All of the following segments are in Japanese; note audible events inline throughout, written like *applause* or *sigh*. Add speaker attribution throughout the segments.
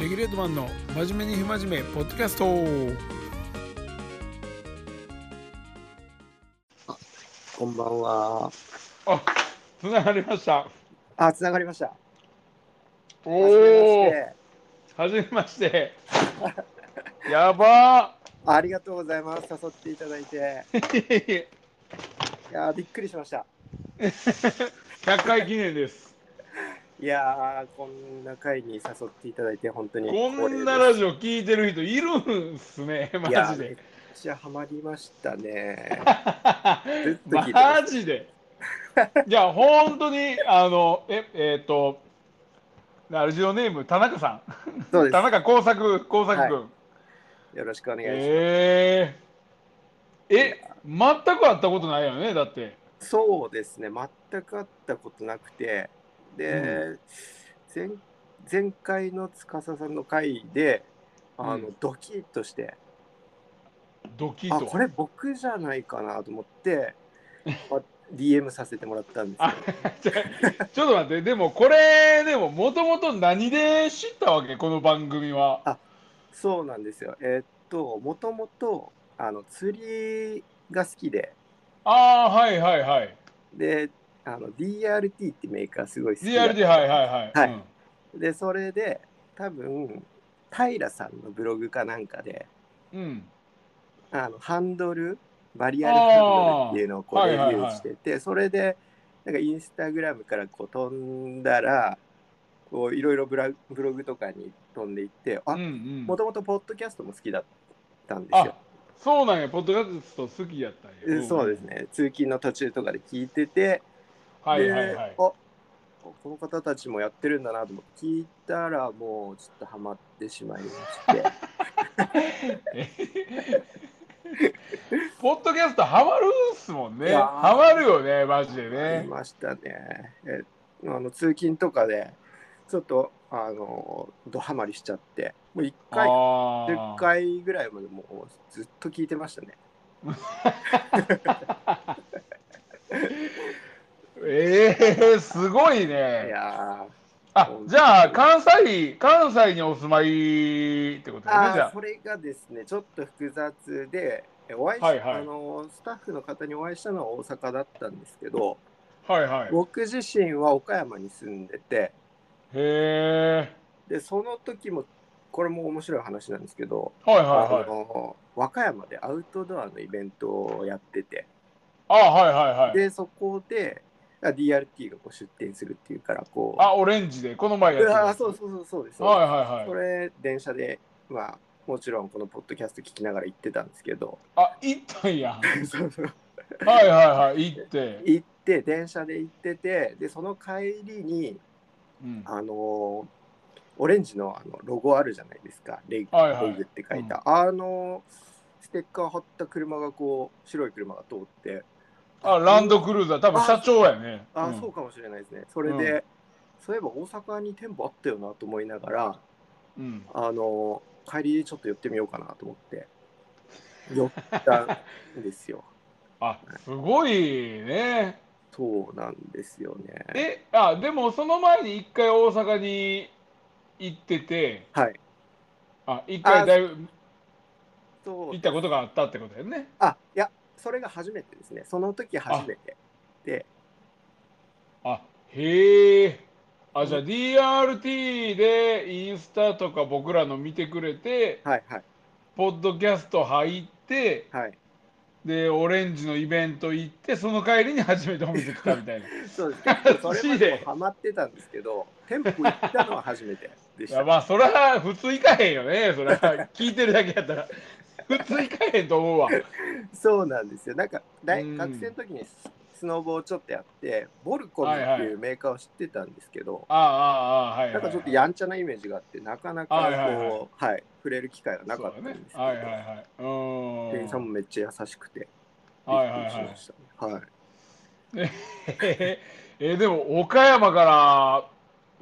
Speaker 1: レギュレートマンの真面目に不真面目ポッドキャスト
Speaker 2: こんばんは。
Speaker 1: あつながりました
Speaker 2: あ、つながりました。
Speaker 1: お
Speaker 2: はじめまして
Speaker 1: はじめまして
Speaker 2: *laughs*
Speaker 1: やば
Speaker 2: ありがとうございます。誘っていただいて。
Speaker 1: ー
Speaker 2: いやー、びっくりしました。
Speaker 1: 100回記念です
Speaker 2: いやー、こんな会に誘っていただいて、本当に
Speaker 1: こ
Speaker 2: 光栄です。
Speaker 1: んなラジオ聞いてる人いるんすね
Speaker 2: いや
Speaker 1: マジ
Speaker 2: ーめっ
Speaker 1: で
Speaker 2: ちゃハマりました
Speaker 1: *laughs*
Speaker 2: ね。ずっと聞いてます
Speaker 1: マジでいや本当にあのええっ、とラジオネーム田中さ
Speaker 2: そうんで
Speaker 1: 田中耕作耕作君、
Speaker 2: はす。よろしくお願いします。
Speaker 1: えー、え全く会ったことないよねだって
Speaker 2: そうですね。全く会ったことなくて。で、前前回の司さんの会で、あの、
Speaker 1: うん
Speaker 2: ドキッとして。
Speaker 1: ドキ
Speaker 2: あ
Speaker 1: ッと
Speaker 2: これ僕じゃないかなと思って、まあ DM させてもらったんです
Speaker 1: あちょちょっと待ってでもこれでももともと何で知ったわけこの番組は
Speaker 2: けどそうなんですよえーっともともとあの釣りが好きで
Speaker 1: ああーはいはいはい
Speaker 2: であの DRT ってメーカーすごい好きで
Speaker 1: DRD はいはいはい、
Speaker 2: はい
Speaker 1: うん
Speaker 2: でそれで多分平さんのブログかなんかで
Speaker 1: うん
Speaker 2: あのハンドルバリアルハンドルっていうのをこ
Speaker 1: あ
Speaker 2: う
Speaker 1: ー
Speaker 2: レビ
Speaker 1: はいはいは
Speaker 2: ュ
Speaker 1: い
Speaker 2: ーしてて、それでなんかインスタグラムからこう飛んだらこういろいろブラブログとかに飛んでいってあ
Speaker 1: うんうん
Speaker 2: もともとポッドキャストも好きだったんです
Speaker 1: あ
Speaker 2: よ。
Speaker 1: そうなんやポッドキャスト好きやったんや、
Speaker 2: えそうですね通勤の途中とかで聞いてて、
Speaker 1: はいはいは
Speaker 2: で
Speaker 1: い
Speaker 2: あこの方たちもやってるんだなと思って聞いたらもうちょっとハマってしまいまして。
Speaker 1: *laughs* ポッドキャストハマるんすもん
Speaker 2: い
Speaker 1: ね
Speaker 2: やー
Speaker 1: ハマるよねマジで
Speaker 2: あり
Speaker 1: ね
Speaker 2: ましたね。えあの通勤とかでちょっとあのドハマりしちゃってもう1回
Speaker 1: あ
Speaker 2: 10
Speaker 1: ー
Speaker 2: 回ぐらいまでもうずっと聞いてましたね。
Speaker 1: えー、すごい
Speaker 2: い
Speaker 1: ね
Speaker 2: や
Speaker 1: あじゃあ関西関西にお住まいってこと
Speaker 2: ー
Speaker 1: だよねじ
Speaker 2: あ
Speaker 1: ゃ
Speaker 2: ーそれがですねちょっと複雑でえお会いし、
Speaker 1: はいはい
Speaker 2: あのスタッフの方にお会いしたのは大阪だったんですけど
Speaker 1: あはいはい
Speaker 2: 僕自身は岡山に住んでて
Speaker 1: へえ
Speaker 2: でその時もこれも面白い話なんですけど、
Speaker 1: はいはい
Speaker 2: あ
Speaker 1: はい
Speaker 2: の和歌山でアウトドアのイベントをやってて。
Speaker 1: あはいはいはい
Speaker 2: でそこであ DRT がこう出店するっていうからこう
Speaker 1: あオレンジでこの前やって
Speaker 2: あ
Speaker 1: た
Speaker 2: あそうそうそうそうです、
Speaker 1: はい
Speaker 2: い
Speaker 1: はい
Speaker 2: こ
Speaker 1: はい
Speaker 2: れ電車でまあもちろんこのポッドキャスト聞きながら行ってたんですけど *laughs*
Speaker 1: あ行ったんや
Speaker 2: そうそう
Speaker 1: はいはいはい行って
Speaker 2: 行って電車で行っててでその帰りに
Speaker 1: うん
Speaker 2: あのーオレンジのあのロゴあるじゃないですかレグ,、
Speaker 1: はいはい
Speaker 2: レグって書いた、あのステッカー貼った車がこう白い車が通って
Speaker 1: あランドクルーザー多分社長やね
Speaker 2: あ、
Speaker 1: うん
Speaker 2: そうかもしれないですね。それで、
Speaker 1: う
Speaker 2: そういえば大阪に店舗あったよなと思いながら、
Speaker 1: うん
Speaker 2: あの帰りちょっと寄ってみようかなと思って、寄ったんですよ。 *laughs*
Speaker 1: あすごいね
Speaker 2: そうなんですよね。
Speaker 1: えあでもその前に一回大阪に行ってて
Speaker 2: はい。
Speaker 1: あ一回だいぶ
Speaker 2: そう
Speaker 1: 行ったことがあったってことだよね
Speaker 2: あ、いや、それが初めてですね。その時初めて。で、
Speaker 1: あへえあじゃあ DRT でインスタとか僕らの見てくれて
Speaker 2: はいはい
Speaker 1: ポッドキャスト入って
Speaker 2: はい。
Speaker 1: でオレンジのイベント行ってその帰りに初めてお店来たみ
Speaker 2: *laughs*
Speaker 1: たいな
Speaker 2: そうです。結構それ
Speaker 1: マ
Speaker 2: まで
Speaker 1: ジで
Speaker 2: もハマってたんですけど、店舗行ったのは初めてで
Speaker 1: い
Speaker 2: した。
Speaker 1: やまあそれは普通行かへんよねそれは聞いてるだけやったら普通行かへんと思うわ
Speaker 2: そうなんですよ。なんか大
Speaker 1: うん
Speaker 2: 学生の時にススノボをちょっとやって、ボルコムって
Speaker 1: はいはい
Speaker 2: いうメーカーを知ってたんですけど、
Speaker 1: ああああああはい
Speaker 2: な
Speaker 1: はい
Speaker 2: んかちょっとやんちゃなイメージがあって、なかなかこ
Speaker 1: は
Speaker 2: う、はいい
Speaker 1: はいはい
Speaker 2: 触れる機会がなかったん
Speaker 1: そうだ
Speaker 2: です
Speaker 1: ね
Speaker 2: けど、
Speaker 1: はいはいはいうん
Speaker 2: 店員さんもめっちゃ優しくて、
Speaker 1: はいはい
Speaker 2: びっくりし
Speaker 1: はい
Speaker 2: ましたね。はい
Speaker 1: えーでも岡山から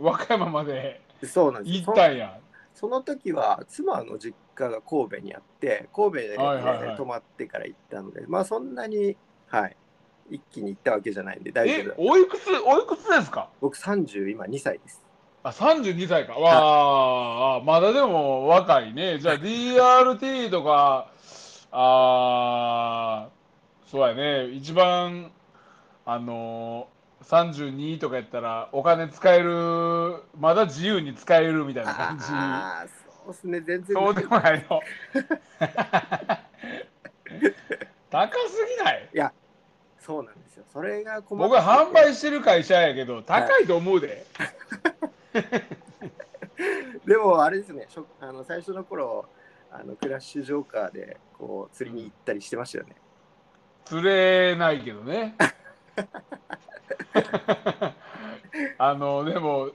Speaker 1: 和歌山まで
Speaker 2: そうなんで
Speaker 1: 行
Speaker 2: すよそ
Speaker 1: ったんや。
Speaker 2: その時は妻の実家が神戸にあって神戸で、ね
Speaker 1: はいはいはい
Speaker 2: 泊まってから行ったのでまあそんなに、はい、一気に行ったわけじゃないんで大丈夫
Speaker 1: え
Speaker 2: だ、
Speaker 1: おいくつ、おいくつですか
Speaker 2: 僕30今2歳です
Speaker 1: あ、32歳か。わあ、まだでも若いね。じゃあ DRT とか、ああ、そうやね。一番、あのー、32とかやったら、お金使える、まだ自由に使えるみたいな感じ。
Speaker 2: ああ、そうですね、全然。
Speaker 1: そうでもないの。高すぎない
Speaker 2: そうなんですよ。それが困
Speaker 1: 僕は販売してる会社やけど、高いと思うで。
Speaker 2: でもあれですね、しょあの最初の頃あのクラッシュジョーカーでこう釣りに行ったりしてましたよね。
Speaker 1: 釣れないけど *laughs* ね。あのでも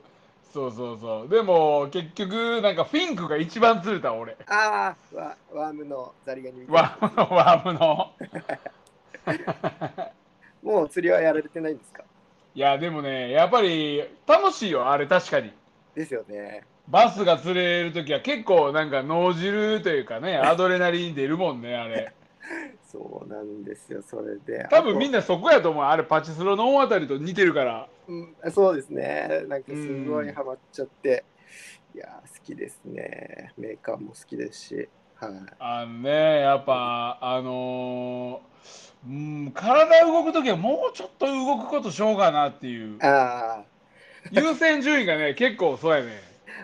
Speaker 1: そうそうそうでも結局なんかフィンクが一番釣れた俺
Speaker 2: ああ、ワワームのザリガニみたいな
Speaker 1: ワームのワームの
Speaker 2: *laughs* もう釣りはやられてないんですか
Speaker 1: いやでもねやっぱり楽しいよあれ確かに
Speaker 2: ですよね。
Speaker 1: バスが釣れる時は結構なんか脳汁というかねアドレナリン出るもんねあれ
Speaker 2: そうなんですよ、それで。
Speaker 1: 多分みん
Speaker 2: な、
Speaker 1: なそこやと思うあれパチスロの大当たりと似てるから
Speaker 2: うんそうですね、なんかすごいハマっちゃって、いやー、好きですね。メーカーも好きですし、はい、
Speaker 1: あのね、やっぱ、あのーうん、体動くときはもうちょっと動くことしようかなって
Speaker 2: *laughs*
Speaker 1: いう、
Speaker 2: あ
Speaker 1: 優先順位がね、結構そうやね。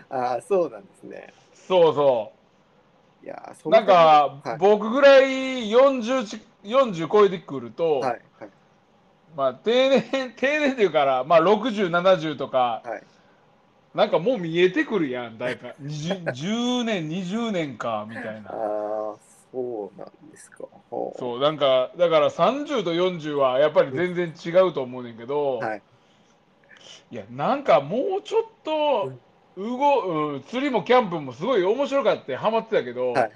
Speaker 2: ーあー、そうなんですね。
Speaker 1: そうそ。
Speaker 2: いやー、そうう
Speaker 1: なんか、
Speaker 2: はい
Speaker 1: 僕ぐらい40ち、40超えてくると、
Speaker 2: はいはい
Speaker 1: まあ、定年、定年っていうから、まあ、60、70とか、
Speaker 2: はい
Speaker 1: なんかもう見えてくるやん、大体。20 10年、20年か、みたいな。
Speaker 2: ああ、そうなんですか。ほう
Speaker 1: そうなんかだから30と40はやっぱり全然違うと思うねんけど、
Speaker 2: はい、
Speaker 1: やなんかもうちょっと動、うん、釣りもキャンプもすごい面白かってハマってたけど、
Speaker 2: はいはい。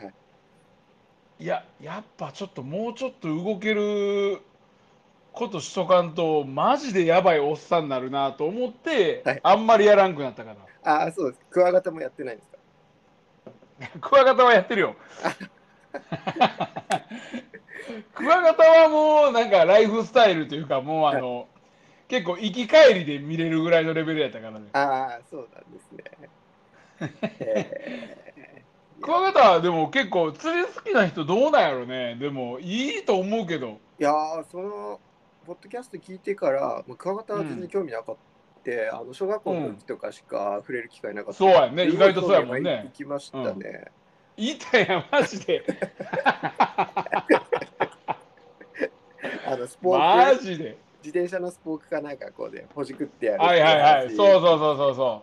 Speaker 1: い、ややっぱちょっともうちょっと動けることしとかんとマジでやばいおっさんになるなと思って、
Speaker 2: はい
Speaker 1: あんまりやらんくなったから
Speaker 2: ああ、そうです。クワガタもやってないんですか。
Speaker 1: クワガタはやってるよ。クワガタはもうなんかライフスタイルというかもうあの、結構行き帰りで見れるぐらいのレベルやったからね。
Speaker 2: ああ、そうなん
Speaker 1: *laughs*
Speaker 2: ですね。えー
Speaker 1: クワガタはでも結構釣り好きな人どうなんやろね。でもいいと思うけど。
Speaker 2: いやーそのポッドキャスト聞いてから、まあ、クワガタは全然興味なかった、あの小学校の時とかしか触れる機会なかった、
Speaker 1: そうやね
Speaker 2: で
Speaker 1: 意外とそうやもんね
Speaker 2: 今興味湧いてきましたね、
Speaker 1: いたやんマジで。
Speaker 2: あのスポー
Speaker 1: マ
Speaker 2: ク
Speaker 1: ジで。
Speaker 2: 自転車のスポークかなんかこうでほじくってやる
Speaker 1: はいはいはい。そうそう
Speaker 2: う
Speaker 1: そうそうそう。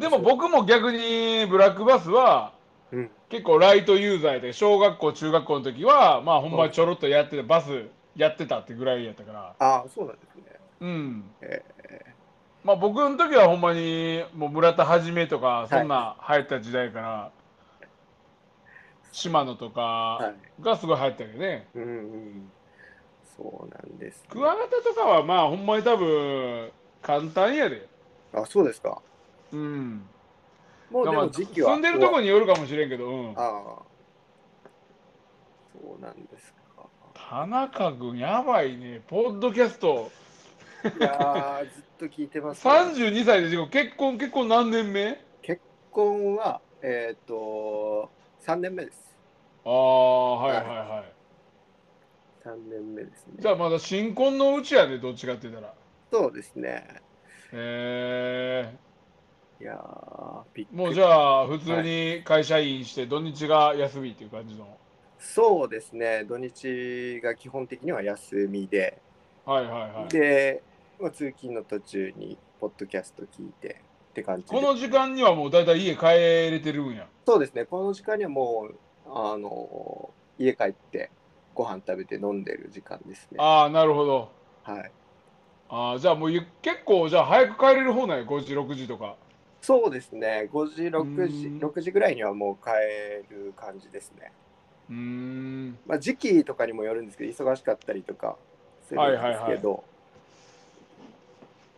Speaker 1: でも、僕も逆にブラックバスは
Speaker 2: うん、
Speaker 1: 結構ライトユーザーで小学校中学校の時はまあほんまちょろっとやってたバスやってたってぐらいやったから
Speaker 2: ああそうなんですね
Speaker 1: うん
Speaker 2: え
Speaker 1: まあ僕の時はほんまにもう村田はじめとかそんな流行った時代から、島野と
Speaker 2: は
Speaker 1: か
Speaker 2: い
Speaker 1: がすごい流行ったけどね
Speaker 2: うんうんそうなんです、
Speaker 1: クワガタとかはまあほんまに多分簡単やで
Speaker 2: あそうですか
Speaker 1: うん
Speaker 2: もうで
Speaker 1: まあ
Speaker 2: も時期は
Speaker 1: 住んでるとこ
Speaker 2: に
Speaker 1: によるかもしれんけど、うん、
Speaker 2: ああそうなんですか
Speaker 1: 田中君やばいねポッドキャスト
Speaker 2: いや
Speaker 1: *laughs*
Speaker 2: ーずっと聞いてますね、
Speaker 1: 32歳でしょ結婚結婚何年目
Speaker 2: 結婚は、えっ、と、3年目です。
Speaker 1: ああはいはいはい
Speaker 2: 3年目ですね。
Speaker 1: じゃあまだ新婚のうちやでどっちかって言ったら
Speaker 2: そうですね。
Speaker 1: へえ
Speaker 2: いやー、びっくり。
Speaker 1: もうじゃあ普通に会社員して土日が休みっていう感じの
Speaker 2: そうですね。土日が基本的には休みで、
Speaker 1: はいはいはい
Speaker 2: で、まあ、通勤の途中に、ポッドキャスト聞いてって感じで
Speaker 1: この時間にはもうだいたい家帰れてるんや
Speaker 2: そうですね。この時間にはもう、あのー家帰って、ご飯食べて飲んでる時間ですね。
Speaker 1: ああなるほど
Speaker 2: はい。
Speaker 1: ああじゃあもうゆ結構じゃあ早く帰れる方なんや5時6時とか
Speaker 2: そうですね。5時、6時、
Speaker 1: うん
Speaker 2: 6時ぐらいにはもう帰る感じですね。
Speaker 1: うーん
Speaker 2: まあ、時期とかにもよるんですけど忙しかったりとかするんですけど、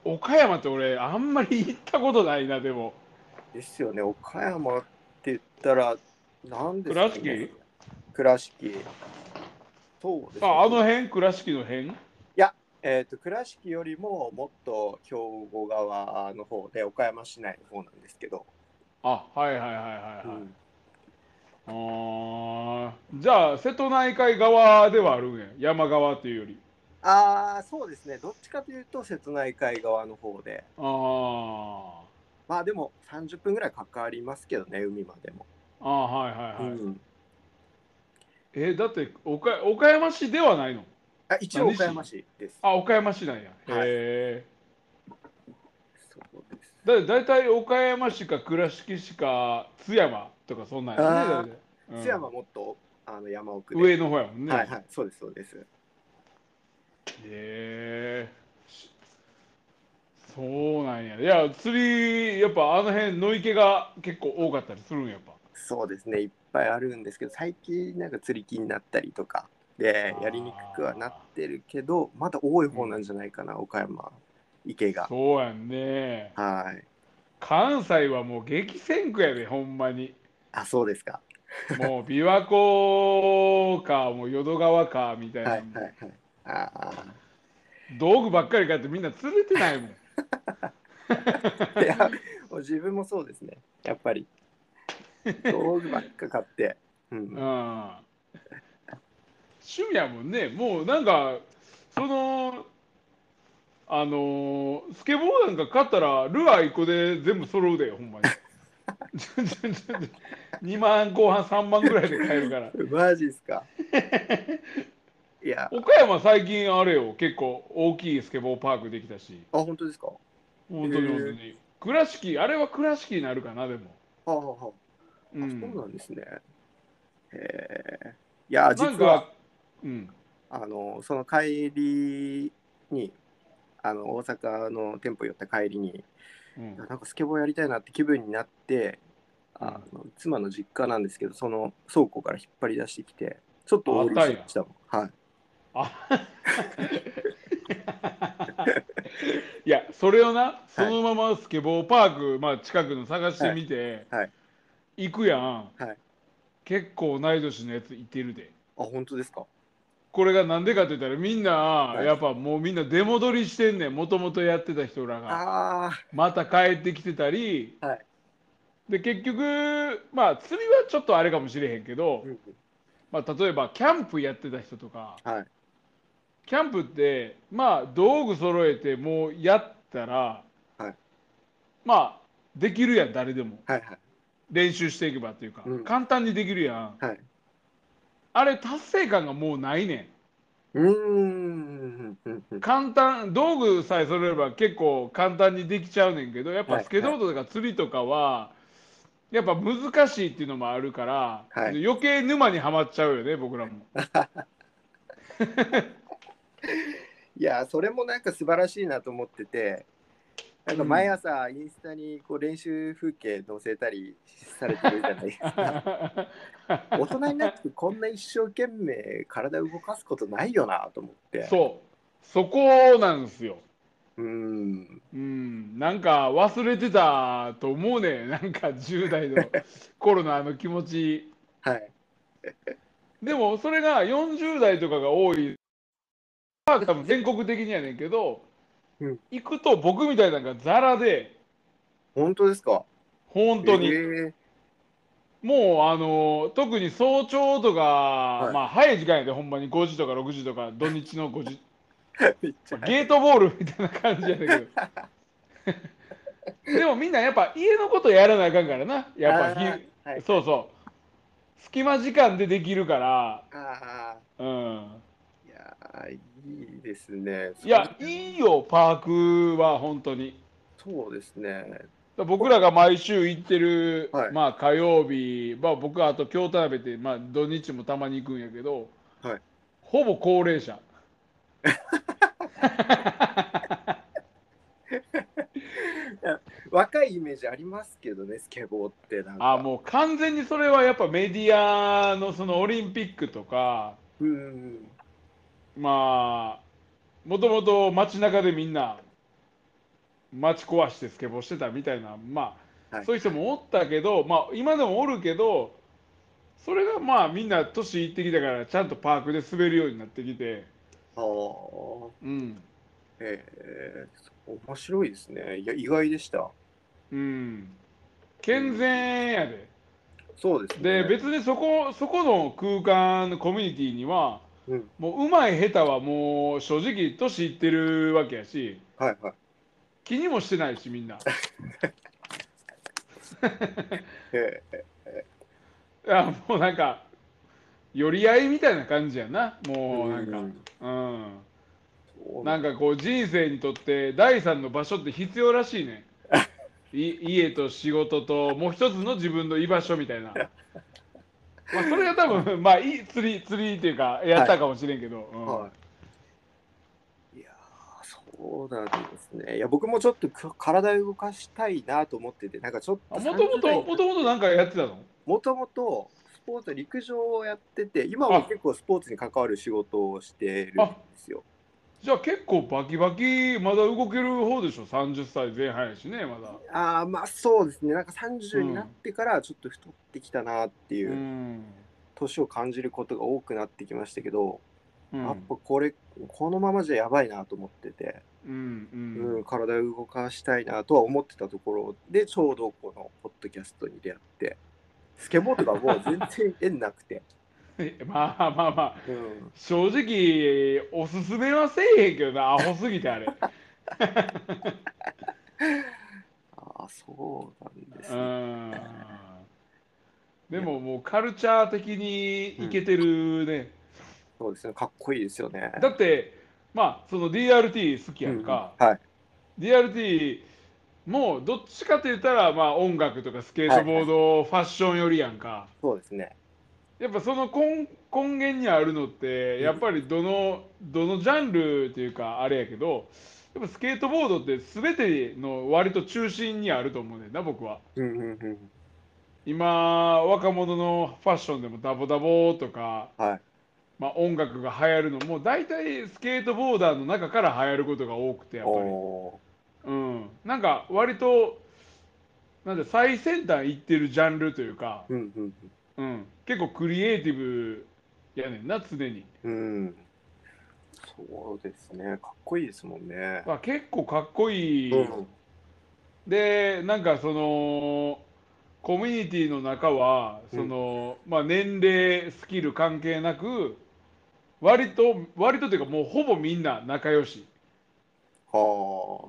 Speaker 1: 岡山って俺あんまり行ったことないなでも
Speaker 2: ですよね岡山って言ったら何ですか、ね
Speaker 1: 倉敷、
Speaker 2: 倉敷そうですね
Speaker 1: ああの辺倉敷の辺
Speaker 2: いやえっ、と、倉敷よりももっと兵庫側の方で、岡山市内の方なんですけど。
Speaker 1: あはいはいはいはいうはい
Speaker 2: ん
Speaker 1: あーじゃあ瀬戸内海側ではあるんや山側っていうより
Speaker 2: ああ、そうですね。どっちかというと、瀬戸内海側の方で。
Speaker 1: あー
Speaker 2: まあでも、30分ぐらいかかりますけどね、海までも。
Speaker 1: あーはいはいはい、
Speaker 2: うん
Speaker 1: えだって岡岡山市ではないの
Speaker 2: あ一応、岡山市です。
Speaker 1: あ岡山市なんや、
Speaker 2: はい
Speaker 1: へえ
Speaker 2: そうです。
Speaker 1: だだいたい岡山市か倉敷市か津山とかそんなんやね
Speaker 2: あー
Speaker 1: だいたいうん
Speaker 2: 津山もっとあの山奥で。
Speaker 1: 上の方やもんね、
Speaker 2: はいはい、そうです、そうです。
Speaker 1: へえしそうなんやいや釣りやっぱあの辺野池が結構多かったりするんやっぱ
Speaker 2: そうですね、いっぱいあるんですけど、最近なんか釣り気になったりとかで
Speaker 1: あー、
Speaker 2: やりにくくはなってるけど、まだ多い方なんじゃないかな、岡山、池が。
Speaker 1: そうやんね
Speaker 2: はい。
Speaker 1: 関西はもう激戦区やでほんまに
Speaker 2: あ、そうですか。
Speaker 1: もう琵琶湖かもう淀川かみたい
Speaker 2: は
Speaker 1: な、
Speaker 2: いはいはい。ああ。
Speaker 1: 道具ばっかり買ってみんな釣れてないもん
Speaker 2: い
Speaker 1: *laughs*
Speaker 2: やもう自分もそうですねやっぱり道具ばっか買って、うん、
Speaker 1: うん趣味やもんねもうなんかそのあのースケボーなんか買ったらルアー1個で全部揃うでほん *laughs* まに2万後半3万ぐらいで買えるから
Speaker 2: マジです
Speaker 1: *laughs*
Speaker 2: かいや
Speaker 1: 岡山最近あれよ結構大きいスケボーパークできたし
Speaker 2: あ本当ですか
Speaker 1: 本当に
Speaker 2: へえ
Speaker 1: 本当に倉敷あれは倉敷になるかなでも、
Speaker 2: はあはあはあ、
Speaker 1: う、
Speaker 2: あそうんなんですねへえいや
Speaker 1: なん
Speaker 2: 実は
Speaker 1: かうん
Speaker 2: あのその帰りにあの大阪の店舗寄った帰りに
Speaker 1: うん
Speaker 2: なんかスケボーやりたいなって気分になってあの妻の実家なんですけどその倉庫から引っ張り出してきてちょっとオールしたもんはい
Speaker 1: あ *laughs* いやそれをなそのままスケボーパーク、まあ、近くの探してみて、
Speaker 2: はいはい
Speaker 1: 行くやん、
Speaker 2: はい
Speaker 1: 結構同い年のやついてるで
Speaker 2: あ本当ですか
Speaker 1: これがなんでかって言ったらみんな、
Speaker 2: い
Speaker 1: やっぱもうみんな出戻りしてんねんもともとやってた人らが
Speaker 2: ああ
Speaker 1: また帰ってきてたり、
Speaker 2: はい
Speaker 1: で結局まあ釣りはちょっとあれかもしれへんけど、
Speaker 2: うん
Speaker 1: まあ、例えばキャンプやってた人とか、
Speaker 2: はい
Speaker 1: キャンプってまあ道具揃えてもうやったら、
Speaker 2: はい
Speaker 1: まあできるやん誰でも
Speaker 2: はいはい
Speaker 1: 練習していけばっていうか、
Speaker 2: うん
Speaker 1: 簡単にできるやん
Speaker 2: はい。
Speaker 1: あれ達成感がもうないね
Speaker 2: うーん。うんうん
Speaker 1: ん簡単道具さえ揃えば結構簡単にできちゃうねんけどやっ
Speaker 2: は
Speaker 1: ぱ
Speaker 2: い
Speaker 1: スケートボードとか釣りとかはやっぱ難しいっていうのもあるから、
Speaker 2: はい
Speaker 1: 余計沼にはまっちゃうよね僕ら
Speaker 2: *laughs*
Speaker 1: も。
Speaker 2: いや、それもなんか素晴らしいなと思ってて、なんか毎朝インスタにこう練習風景載せたりされてるじゃな
Speaker 1: *laughs*
Speaker 2: いですか。大人になってこんな一生懸命体動かすことないよなと思って。
Speaker 1: そうそこなんですよ。
Speaker 2: う。ん。
Speaker 1: うん、なんか忘れてたと思うね *laughs* なんか10代の頃のあの気持ち
Speaker 2: はい。
Speaker 1: でもそれが40代とかが多いまあ多分全国的にやねんけど、
Speaker 2: うん
Speaker 1: 行くと僕みたいなのがザラで
Speaker 2: 本当ですか
Speaker 1: 本当に、
Speaker 2: えー
Speaker 1: もうあの特に早朝とか、
Speaker 2: い
Speaker 1: まあ早い時間やでほんまに5時とか6時とか土日の5時
Speaker 2: めっちゃ。
Speaker 1: *laughs* ゲートボールみたいな感じやねんけど *laughs* でもみんなやっぱ家のことやらなあかんからなやっぱ
Speaker 2: あ
Speaker 1: ひ
Speaker 2: ーはい。
Speaker 1: そうそう。隙間時間でできるから、
Speaker 2: あ
Speaker 1: うん。
Speaker 2: ーいやー、いいですね。
Speaker 1: いや、いいよ、パークは本当に。
Speaker 2: そうですね。
Speaker 1: 僕らが毎週行ってる、
Speaker 2: はい
Speaker 1: まあ火曜日、まあ僕はあと京田辺って、まあ土日もたまに行くんやけど、
Speaker 2: はい
Speaker 1: ほぼ高齢者。
Speaker 2: 若いイメージありますけどね、スケボーってなんか。
Speaker 1: あもう完全にそれはやっぱメディアのそのオリンピックとか、
Speaker 2: う。うん。
Speaker 1: まあ、もともと街中でみんな、街壊してスケボーしてたみたいな、まあ、
Speaker 2: はい
Speaker 1: そういう人もおったけど、まあ、今でもおるけど、それがまあ、みんな年いってきたから、ちゃんとパークで滑るようになってきて、
Speaker 2: はあ。
Speaker 1: うん
Speaker 2: ええ面白いですね。いや、意外でした。
Speaker 1: うん健全やで
Speaker 2: そうですね。
Speaker 1: で別にそこそこの空間のコミュニティには
Speaker 2: うん。
Speaker 1: もう上手い下手はもう正直年いってるわけやし
Speaker 2: はいはい。
Speaker 1: 気にもしてないしみんない
Speaker 2: え
Speaker 1: やもうなんか寄り合いみたいな感じやな
Speaker 2: え
Speaker 1: もうなんか
Speaker 2: ん
Speaker 1: うん
Speaker 2: そう
Speaker 1: なんかこう人生にとって第三の場所って必要らしいねい家と仕事ともう一つの自分の居場所みたいなまあそれが多分まあいい釣り釣りっていうかやったかもしれんけど、うん
Speaker 2: はい。いやーそうなんですね。いや、僕もちょっとく体を動かしたいなと思ってて、なんかちょっと
Speaker 1: あもともともともとなんかやってたの
Speaker 2: もともとスポーツ、陸上をやってて、今は結構スポーツに関わる仕事をしてるんですよ。
Speaker 1: じゃあ結構バキバキまだ動ける方でしょ30歳前半やしねまだ
Speaker 2: ああ、まあそうですね。なんか30になってからちょっと太ってきたなっていうう、
Speaker 1: ん、
Speaker 2: 年を感じることが多くなってきましたけど、
Speaker 1: うん、
Speaker 2: やっぱこれこのままじゃやばいなと思ってて、
Speaker 1: うんう
Speaker 2: うん
Speaker 1: ん
Speaker 2: 体を動かしたいなとは思ってたところでちょうどこのポッドキャストに出会ってスケボーとかもう全然縁な
Speaker 1: *laughs*
Speaker 2: くて、
Speaker 1: えまあまあまあ
Speaker 2: うん、
Speaker 1: 正直おすすめはせえへんけどなアホすぎてあれ
Speaker 2: ああそうなんです
Speaker 1: う
Speaker 2: ね、
Speaker 1: んでももうカルチャー的にいけてるね、
Speaker 2: そうですねかっこいいですよね
Speaker 1: だってまあその DRT 好きやんか、
Speaker 2: うんはい
Speaker 1: DRT もうどっちかと言ったらまあ音楽とかスケートボード、ファッションよりやんか
Speaker 2: そうですね
Speaker 1: やっぱその根根源にあるのってやっぱりどの、どのジャンルっていうかあれやけどやっぱスケートボードって全ての割と中心にあると思うねんな僕は。
Speaker 2: うんうんうん
Speaker 1: 今若者のファッションでもダボダボとか、
Speaker 2: はい
Speaker 1: まあ、音楽が流行るのも大体スケートボーダーの中から流行ることが多くてやっぱり、
Speaker 2: お
Speaker 1: うん、なんか割となんで最先端行ってるジャンルというか、
Speaker 2: ーうんうん
Speaker 1: うん、結構クリエイティブやねんな常に、
Speaker 2: うんうんそうですねかっこいいですもんね、
Speaker 1: まあ、結構かっこいい、
Speaker 2: うん
Speaker 1: でなんかそのコミュニティの中はその、まあ、年齢スキル関係なく割と割とというかもうほぼみんな仲良し
Speaker 2: は